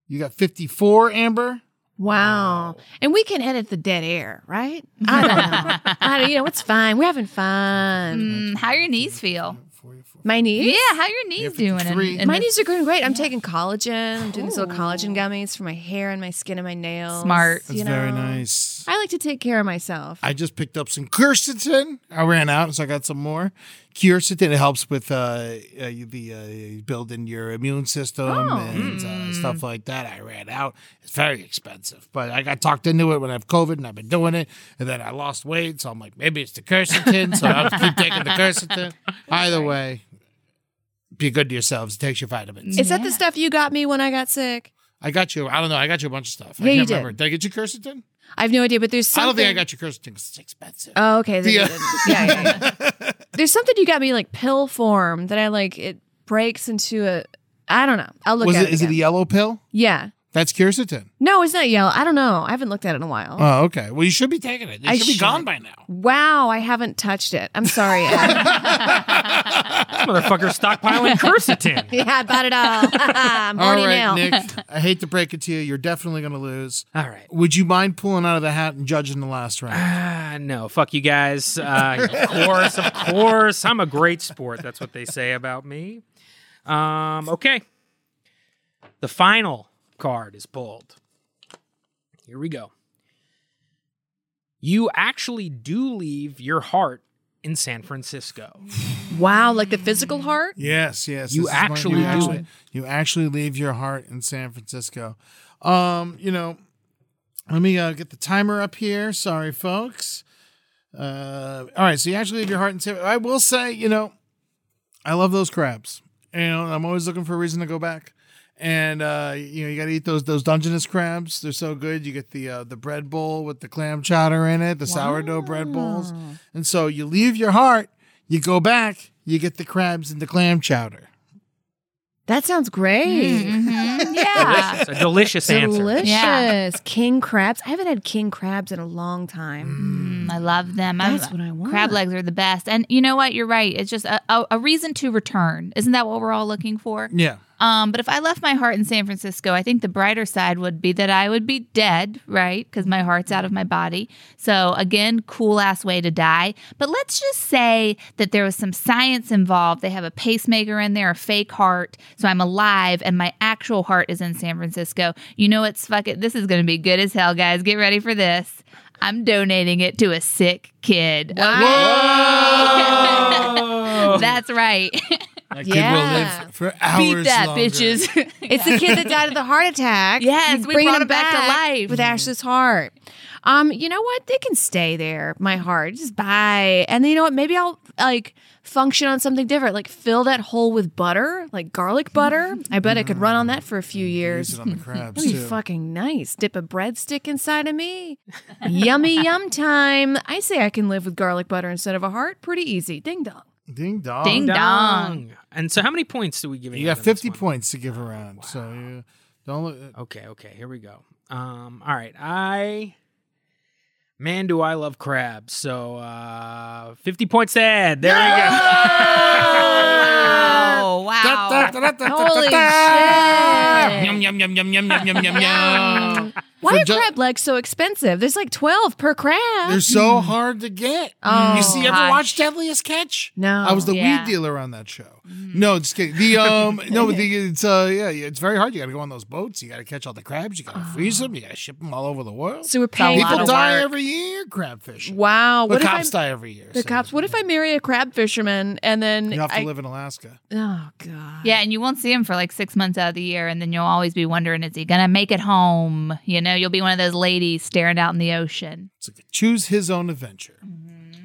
D: You got 54, Amber.
C: Wow.
F: Oh.
C: And we can edit the dead air, right? I don't know. I don't, you know, it's fine. We're having fun.
F: Mm, how your knees feel?
C: My knees?
F: Yeah, how your knees doing? in-
D: 53.
F: in
C: My
F: this
C: knees are going great. I'm taking collagen. I'm doing these little collagen gummies for my hair and my skin and my nails.
F: Smart.
C: you know?
D: nice.
C: I like to take care of myself.
D: I just picked up some quercetin. I ran out, so I got some more. Quercetin it helps with uh, uh, the uh, building your immune system
C: Oh.
D: and
C: Mm.
D: uh, stuff like that. I ran out. It's very expensive, but I got talked into it when I have COVID, and I've been doing it. And then I lost weight, so I'm like, maybe it's the quercetin. so I'll keep taking
C: *laughs*
D: the quercetin. Either way, be good to yourselves. It takes your vitamins.
C: Is that the stuff you got me when I got sick?
D: I got you. I don't know. I got you a bunch of stuff.
C: Yeah,
D: I
C: you
D: can't
C: did.
D: remember. Did. I get you quercetin?
C: I have no idea, but there's something.
D: I don't think I got you quercetin because it's expensive.
C: Oh, okay. then you
D: Yeah.
C: didn't. Yeah, yeah,
D: *laughs*
C: yeah. There's something you got me like pill form that I like. It breaks into a. I don't know. I'll look
D: Was
C: at
D: it?
C: it.
D: Is it a
C: again.
D: yellow pill?
C: Yeah.
D: That's quercetin.
C: No, it's not yellow. I don't know. I haven't looked at it in a while.
D: Oh, okay. Well, you should be taking it. It
C: I
D: should be
C: should.
D: gone by now.
C: wow, I haven't touched it. I'm sorry. Adam.
D: *laughs*
E: Motherfucker stockpiling quercetin.
C: *laughs* yeah, I bought it all. *laughs* I'm horny now.
D: Nick. I hate to break it to you. You're definitely going to lose.
E: All right.
D: Would you mind pulling out of the hat and judging the last round?
E: Ah, no, fuck you guys. Uh, *laughs* of course, of course. I'm a great sport. That's what they say about me. Um, okay. The final card is pulled. Here we go. You actually do leave your heart in San Francisco.
C: Wow, like the physical heart?
D: Yes, yes.
E: You
D: this is one-
E: actually
D: you
E: do
D: actually,
E: it.
D: You actually leave your heart in San Francisco. Um, you know, let me uh, get the timer up here. Sorry, folks. Uh, all right, so you actually leave your heart in San. I will say, you know, I love those crabs, and I'm always looking for a reason to go back. And uh, you know, you got to eat those those Dungeness crabs. They're so good. You get the uh, the bread bowl with the clam chowder in it, the sourdough bread bowls. And so you leave your heart, you go back, you get the crabs and the clam chowder. Mm-hmm.
C: That sounds great.
F: Yeah.
E: It's
C: *laughs*
E: a delicious answer.
C: Delicious.
F: Yeah.
C: King crabs. I haven't had king crabs in a long time.
F: Mm, I love them.
C: That's what I want.
F: Crab legs are the best. And you know what? You're right. It's just a, a, a reason to return. Isn't that what we're all looking for?
D: Yeah.
C: Ah.
F: Um, but if I left my heart in San Francisco, I think the brighter side would be that I would be dead, right? Because my heart's out of my body. So, again, cool ass way to die. But let's just say that there was some science involved. They have a pacemaker in there, a fake heart. So I'm alive and my actual heart is in San Francisco. You know what's fuck it? This is going to be good as hell, guys. Get ready for this. I'm donating it to a sick kid.
E: Whoa!
F: That's right.
D: That
C: kid will Yeah. live
D: for hours
F: Beat that,
D: longer.
F: bitches.
C: *laughs* It's the kid that died of the heart *laughs* attack.
F: Yes,
C: He's
F: we
C: bringing
F: brought
C: him
F: him back to life.
C: with Ashley's heart. Um, you know what? They can stay there. My heart, just bye. And then you know what? Maybe I'll like function on something different. Like fill that hole with butter, like garlic butter. I bet I could run on that for a few
D: Use
C: years.
D: it on the
C: *laughs*
D: crabs
C: That'd be
D: too.
C: fucking nice. Dip a breadstick inside of me. Yummy yum time. I say I can live with garlic butter instead of a heart. Pretty easy. Ding dong.
D: Ding dong.
F: Ding *laughs* dong.
E: And so, how many points do we give?
D: You got 50 points to give around. So you don't look.
E: Okay, okay, here we go. Um, all right, I man, do I love crabs? So uh, fifty points ahead. There
F: Oh, wow.
C: *laughs* Holy
E: we go.
C: shit.
E: yum yum yum yum yum
D: *laughs*
E: yum yum yum yum.
C: Why
D: For
C: are
D: ju-
C: crab legs so expensive? There's like 12 per crab.
D: They're so hard to get.
C: Oh,
D: you see, ever
C: gosh.
D: watch Deadliest Catch?
C: No. Mm.
D: I was the
F: Yeah.
D: weed dealer on that show. No, just kidding.
C: *laughs*
D: The um, no, the, it's uh, yeah, yeah, it's very hard. You got to go on those boats. You got to catch all the crabs. You got to freeze them. You got to ship them all over the world.
C: Oh. So we're paying
F: lot
D: People
F: of
D: die
F: work.
D: every year crab fishing.
C: Wow.
D: The
C: What if
D: cops
C: I,
D: die every year.
C: the
D: so
C: cops? What if I marry a crab fisherman and then
D: You have to
C: I,
D: live in Alaska.
C: Oh god.
F: Yeah, and you won't see him for like six months out of the year, and then you'll always be wondering, is he gonna make it home? You know, you'll be one of those ladies staring out in the ocean.
D: It's like choose his own adventure.
E: Mm-hmm,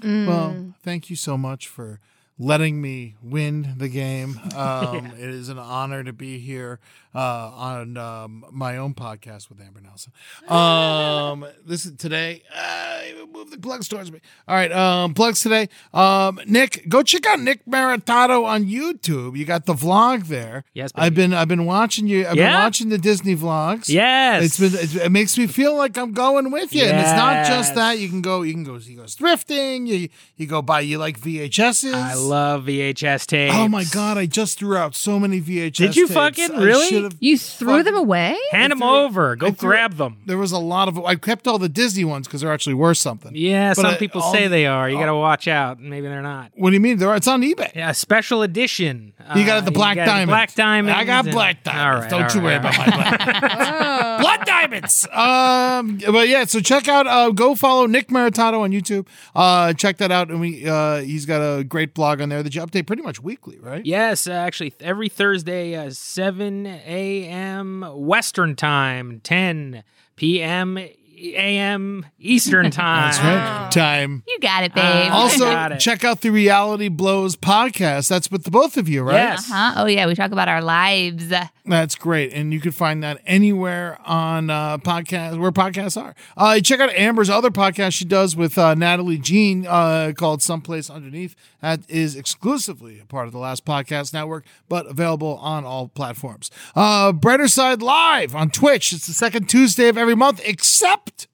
E: Mm.
D: Well, thank you so much for letting me win the
E: *laughs*
D: game. Um, It is an honor to be here uh, on um, my own podcast with Amber Nelson.
E: *laughs*
D: Um, this is today. Uh, move the plugs towards me. All right, um, plugs today. Um, Nick, go check out Nick Maritato on YouTube. You got the vlog there.
E: Yes,
D: I've
E: baby.
D: been. I've been watching you. I've been
E: Yeah?
D: watching the Disney vlogs.
E: Yes,
D: It's been. It's, it makes me feel like I'm going with you, and it's not just
E: Yes.
D: that. You can go. You can go. He goes thrifting. You you go buy. You like VHSs.
E: I love VHS tapes.
D: Oh my god! I just threw out so many VHS.
E: Did you
D: tapes.
E: fucking
D: I
E: really?
D: should've-
C: You threw them away?
E: Hand them over. Go grab them.
D: There was a lot of. I kept all the Disney ones because they're actually worth something.
E: Yeah,
D: But
E: some
D: I-
E: people
D: all-
E: say they are. You got to watch out. Maybe they're not.
D: What do you mean? They're, it's on eBay.
E: Yeah, special edition.
D: You got it, the
E: Uh,
D: black
E: got it, the
D: diamond.
E: Black diamond.
D: I got black diamonds. Don't you worry about my black. blood diamonds. Um, but yeah, so check out, uh, go follow Nick Maritato on YouTube. Uh, check that out, and we uh, he's got a great blog on there that you update pretty much weekly, right?
E: Yes, uh, actually, th- every Thursday, uh, 7 a.m. Western Time, 10 p.m. e- a.m. Eastern Time.
D: *laughs* That's right. Time.
F: You got it,
E: Uh,
F: babe.
D: Also,
E: Got it.
D: check out the Reality Blows podcast. That's with the both of you, right?
E: Yes.
F: huh?
C: Uh-huh.
F: Oh yeah, we talk about our lives.
D: That's great. And you can find that anywhere on uh, podcast where podcasts are. Uh, check out Amber's other podcast she does with uh, Natalie Jean uh, called Someplace Underneath. That is exclusively a part of the Last Podcast Network, but available on all platforms. Uh, Brighter Side Live on Twitch. It's the second Tuesday of every month, except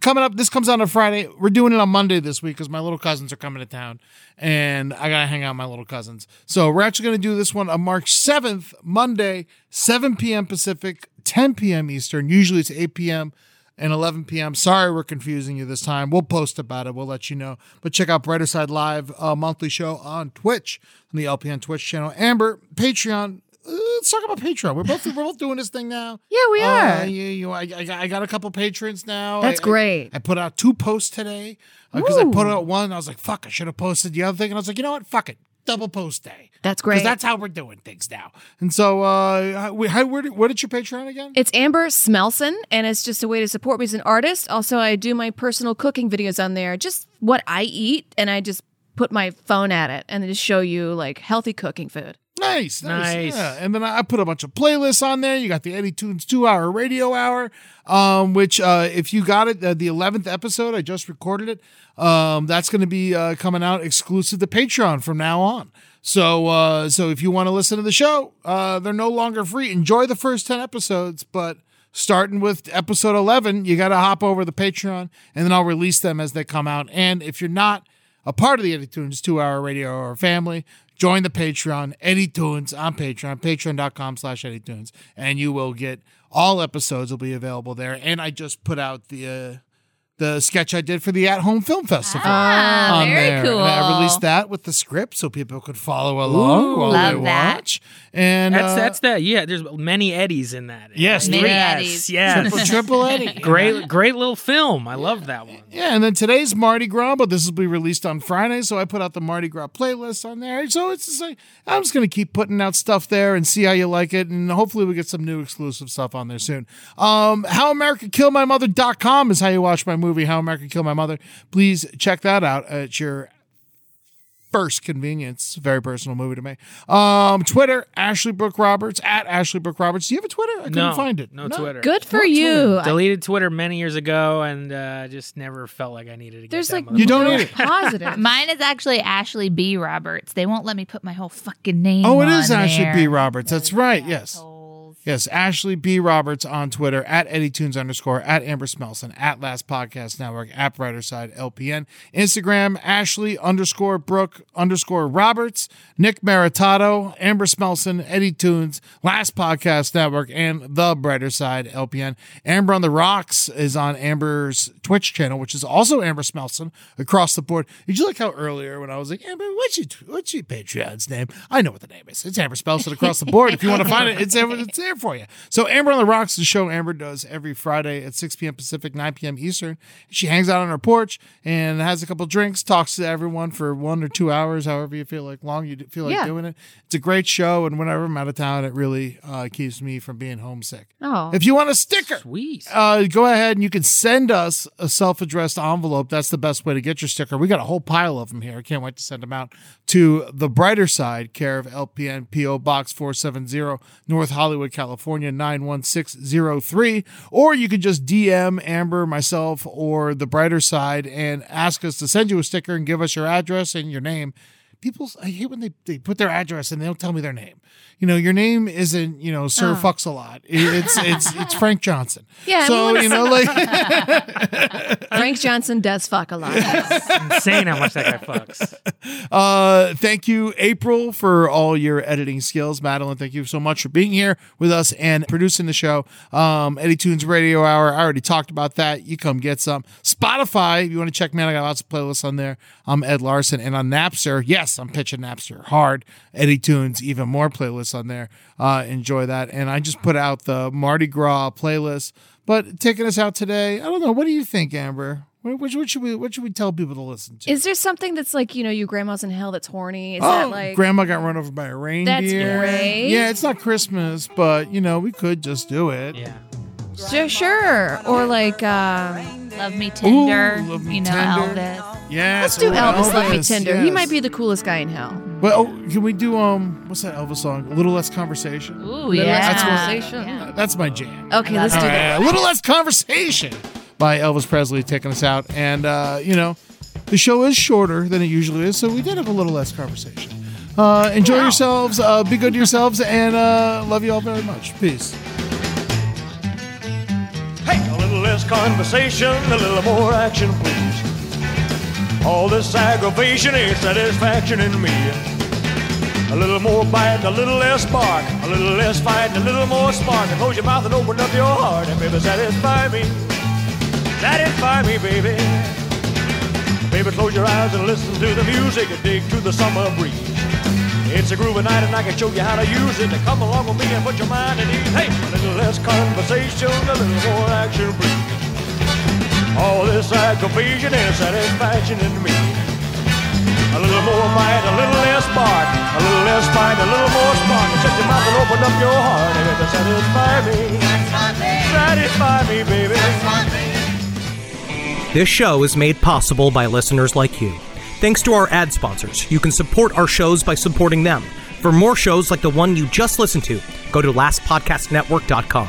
D: coming up. This comes out on Friday. We're doing it on Monday this week because my little cousins are coming to town, and I gotta hang out with my little cousins. So we're actually gonna do this one on March seventh, Monday, seven p.m. Pacific, ten p.m. Eastern. Usually it's eight p.m. and eleven p.m. Sorry, we're confusing you this time. We'll post about it. We'll let you know. But check out Brighter Side Live uh, monthly show on Twitch on the LPN Twitch channel. Amber Patreon. uh, Let's talk about Patreon. We're both we're both doing this thing now.
C: Yeah, we
D: Uh,
C: are.
D: you, you, I, I, got- I got a couple patrons now.
C: That's
D: I- I-
C: great.
D: I put out two posts today because I put
C: Ooh.
D: out one. I was like, fuck, I should have posted the other thing. And I was like, you know what? Fuck it. Double post day.
C: *laughs* That's
D: Because
C: great.
D: that's how we're doing things now. And so, uh, how, we- how, where, did- where did your Patreon again?
C: It's Amber Smelson, and it's just a way to support me as an artist. Also, I do my personal cooking videos on there, just what I eat, and I just put my phone at it and just show you like healthy cooking food.
D: Nice, nice.
E: Nice.
D: Yeah. And then I I put a bunch of playlists on there. You got the Eddie Tunes two hour radio hour, um, which uh, if you got it, uh, the eleventh episode, I just recorded it. Um, that's going to be uh, coming out exclusive to Patreon from now on. So, uh, so if you want to listen to the show, uh, they're no longer free. Enjoy the first ten episodes, but starting with episode eleven, you got to hop over to Patreon, and then I'll release them as they come out. And if you're not a part of the Eddie Tunes two hour radio hour family. Join the Patreon, Eddie Tunes on Patreon, patreon.com slash Eddie Tunes, and you will get all episodes will be available there. And I just put out the uh, the sketch I did for the At Home Film Festival.
F: Ah,
D: on
F: very
D: there. And I
F: cool.
D: released that with the script so people could follow along while they
F: love that.
D: watch. And
E: That's
D: uh,
E: that's that. Yeah, there's many Eddies in that.
D: Yes,
F: Many
D: three-
F: Eddies.
E: yes,
C: *laughs*
D: triple,
E: yes.
D: triple
F: *laughs*
D: Eddie.
E: *laughs* great, great little film. I love that one.
D: Yeah, and then today's Mardi Gras, but this will be released on Friday, so I put out the Mardi Gras playlist on there. So it's just like I'm just gonna keep putting out stuff there and see how you like it, and hopefully we get some new exclusive stuff on there soon. Um, How America Kill My Mother.com is how you watch my movie, How America Kill My Mother. Please check that out at your first convenience. Very personal movie to me. Um, Twitter, Ashley Brooke Roberts at Ashley Brooke Roberts. Do you have a Twitter? I couldn't
E: no,
D: find it.
E: No, Twitter.
C: Good for
D: What's
C: you. I-
E: Deleted Twitter many years ago, and uh, just never felt like I needed to.
C: There's
E: get that
C: like
E: motherfucker.
D: You don't
C: no
D: need
C: *laughs*
D: it.
C: positive.
F: Mine is actually Ashley B. Roberts. They won't let me put my whole fucking name.
D: Oh, it is
F: on
D: Ashley
F: there.
D: B. Roberts. That's right. Yes.
F: Assholes.
D: Yes, Ashley B. Roberts on Twitter at EddieTunes underscore at Amber Smelson at Last Podcast Network at Brighter Side LPN Instagram Ashley underscore Brooke underscore Roberts Nick Maritato Amber Smelson Eddie Tunes Last Podcast Network and the Brighter Side LPN Amber on the Rocks is on Amber's Twitch channel which is also Amber Smelson across the board. Did you like how earlier when I was like Amber what's your what's your Patreon's name? I know what the name is. It's Amber Smelson across the board. If you want to find it, it's Amber, it's there for you. So Amber on the Rocks, the show Amber does every Friday at 6 p.m. Pacific, 9 p.m. Eastern. She hangs out on her porch and has a couple drinks, talks to everyone for one or two hours, however you feel like long you d- feel like
C: Yeah.
D: doing it. It's a great show, and whenever I'm out of town, it really uh, keeps me from being homesick.
C: Oh.
D: If you want a sticker,
E: Sweet.
D: *laughs* uh, go ahead and you can send us a self addressed envelope. That's the best way to get your sticker. We got a whole pile of them here. I can't wait to send them out to the brighter side, care of LPN PO Box 470, North Hollywood, California 91603. Or you could just DM Amber, myself, or the brighter side and ask us to send you a sticker and give us your address and your name people i hate when they, they put their address and they don't tell me their name you know your name isn't you know sir fucks a lot it's it's it's frank johnson
C: Yeah,
D: so
C: everyone-
D: you know like
C: *laughs* Frank Johnson does fuck a lot.
E: insane how much that guy fucks.
D: *laughs* uh thank you april for all your editing skills madeline thank you so much for being here with us and producing the show um eddie tunes radio hour i already talked about that you come get some spotify if you want to check me out i got lots of playlists on there i'm ed larson and on napster yes i'm pitching napster hard eddie tunes even more playlists on there uh enjoy that and i just put out the mardi gras playlist but taking us out today i don't know what do you think amber what, what, what should we what should we tell people to listen to
C: Is there something that's like, you know, you grandma's in hell that's horny? Is
D: Oh,
C: that like
D: grandma got run over by a reindeer.
C: great.
D: Yeah, it's not Christmas, but you know we could just do it.
E: Yeah.
C: Sure, sure. Or like um
F: Love me tender.
D: Ooh, Love Me
F: you know
D: Tender.
F: Elvis.
D: Yeah,
C: let's
D: so
C: do
D: we're
C: Elvis Love Me
D: oh, Elvis,
C: Tender. He
D: yes.
C: might be the coolest guy in hell.
D: But oh, can we do um? What's that Elvis song? A little less conversation.
F: Ooh
C: Little
F: yeah.
C: Less Conversation.
F: yeah.
D: That's my jam.
C: Okay, Oh, let's do
D: All
C: that.
D: right, a little less conversation by Elvis Presley taking us out, and uh, you know, the show is shorter than it usually is, so we did have a little less conversation. Uh, enjoy yourselves, uh, be good to yourselves, and uh, love you all very much. Peace.
B: Hey, a little less conversation, a little more action, please. All this aggravation is satisfaction in me. A little more bite, a little less bark, a little less fight, and a little more spark. And close your mouth and open up your heart, and baby, satisfy me. Satisfy me, baby. Baby, close your eyes and listen to the music, and dig to the summer breeze. It's a groovy night and I can show you how to use it. To come along with me and put your mind at ease. Hey, a little less conversation, a little more action, please. All this aggravation and satisfaction in me. A little more bite, a little less bark, a little less fight, a little more spark. Shut your mouth and open up your heart and it'll satisfy me. Satisfy me, baby.
J: This show is made possible by listeners like you. Thanks to our ad sponsors, you can support our shows by supporting them. For more shows like the one you just listened to, go to lastpodcastnetwork.com.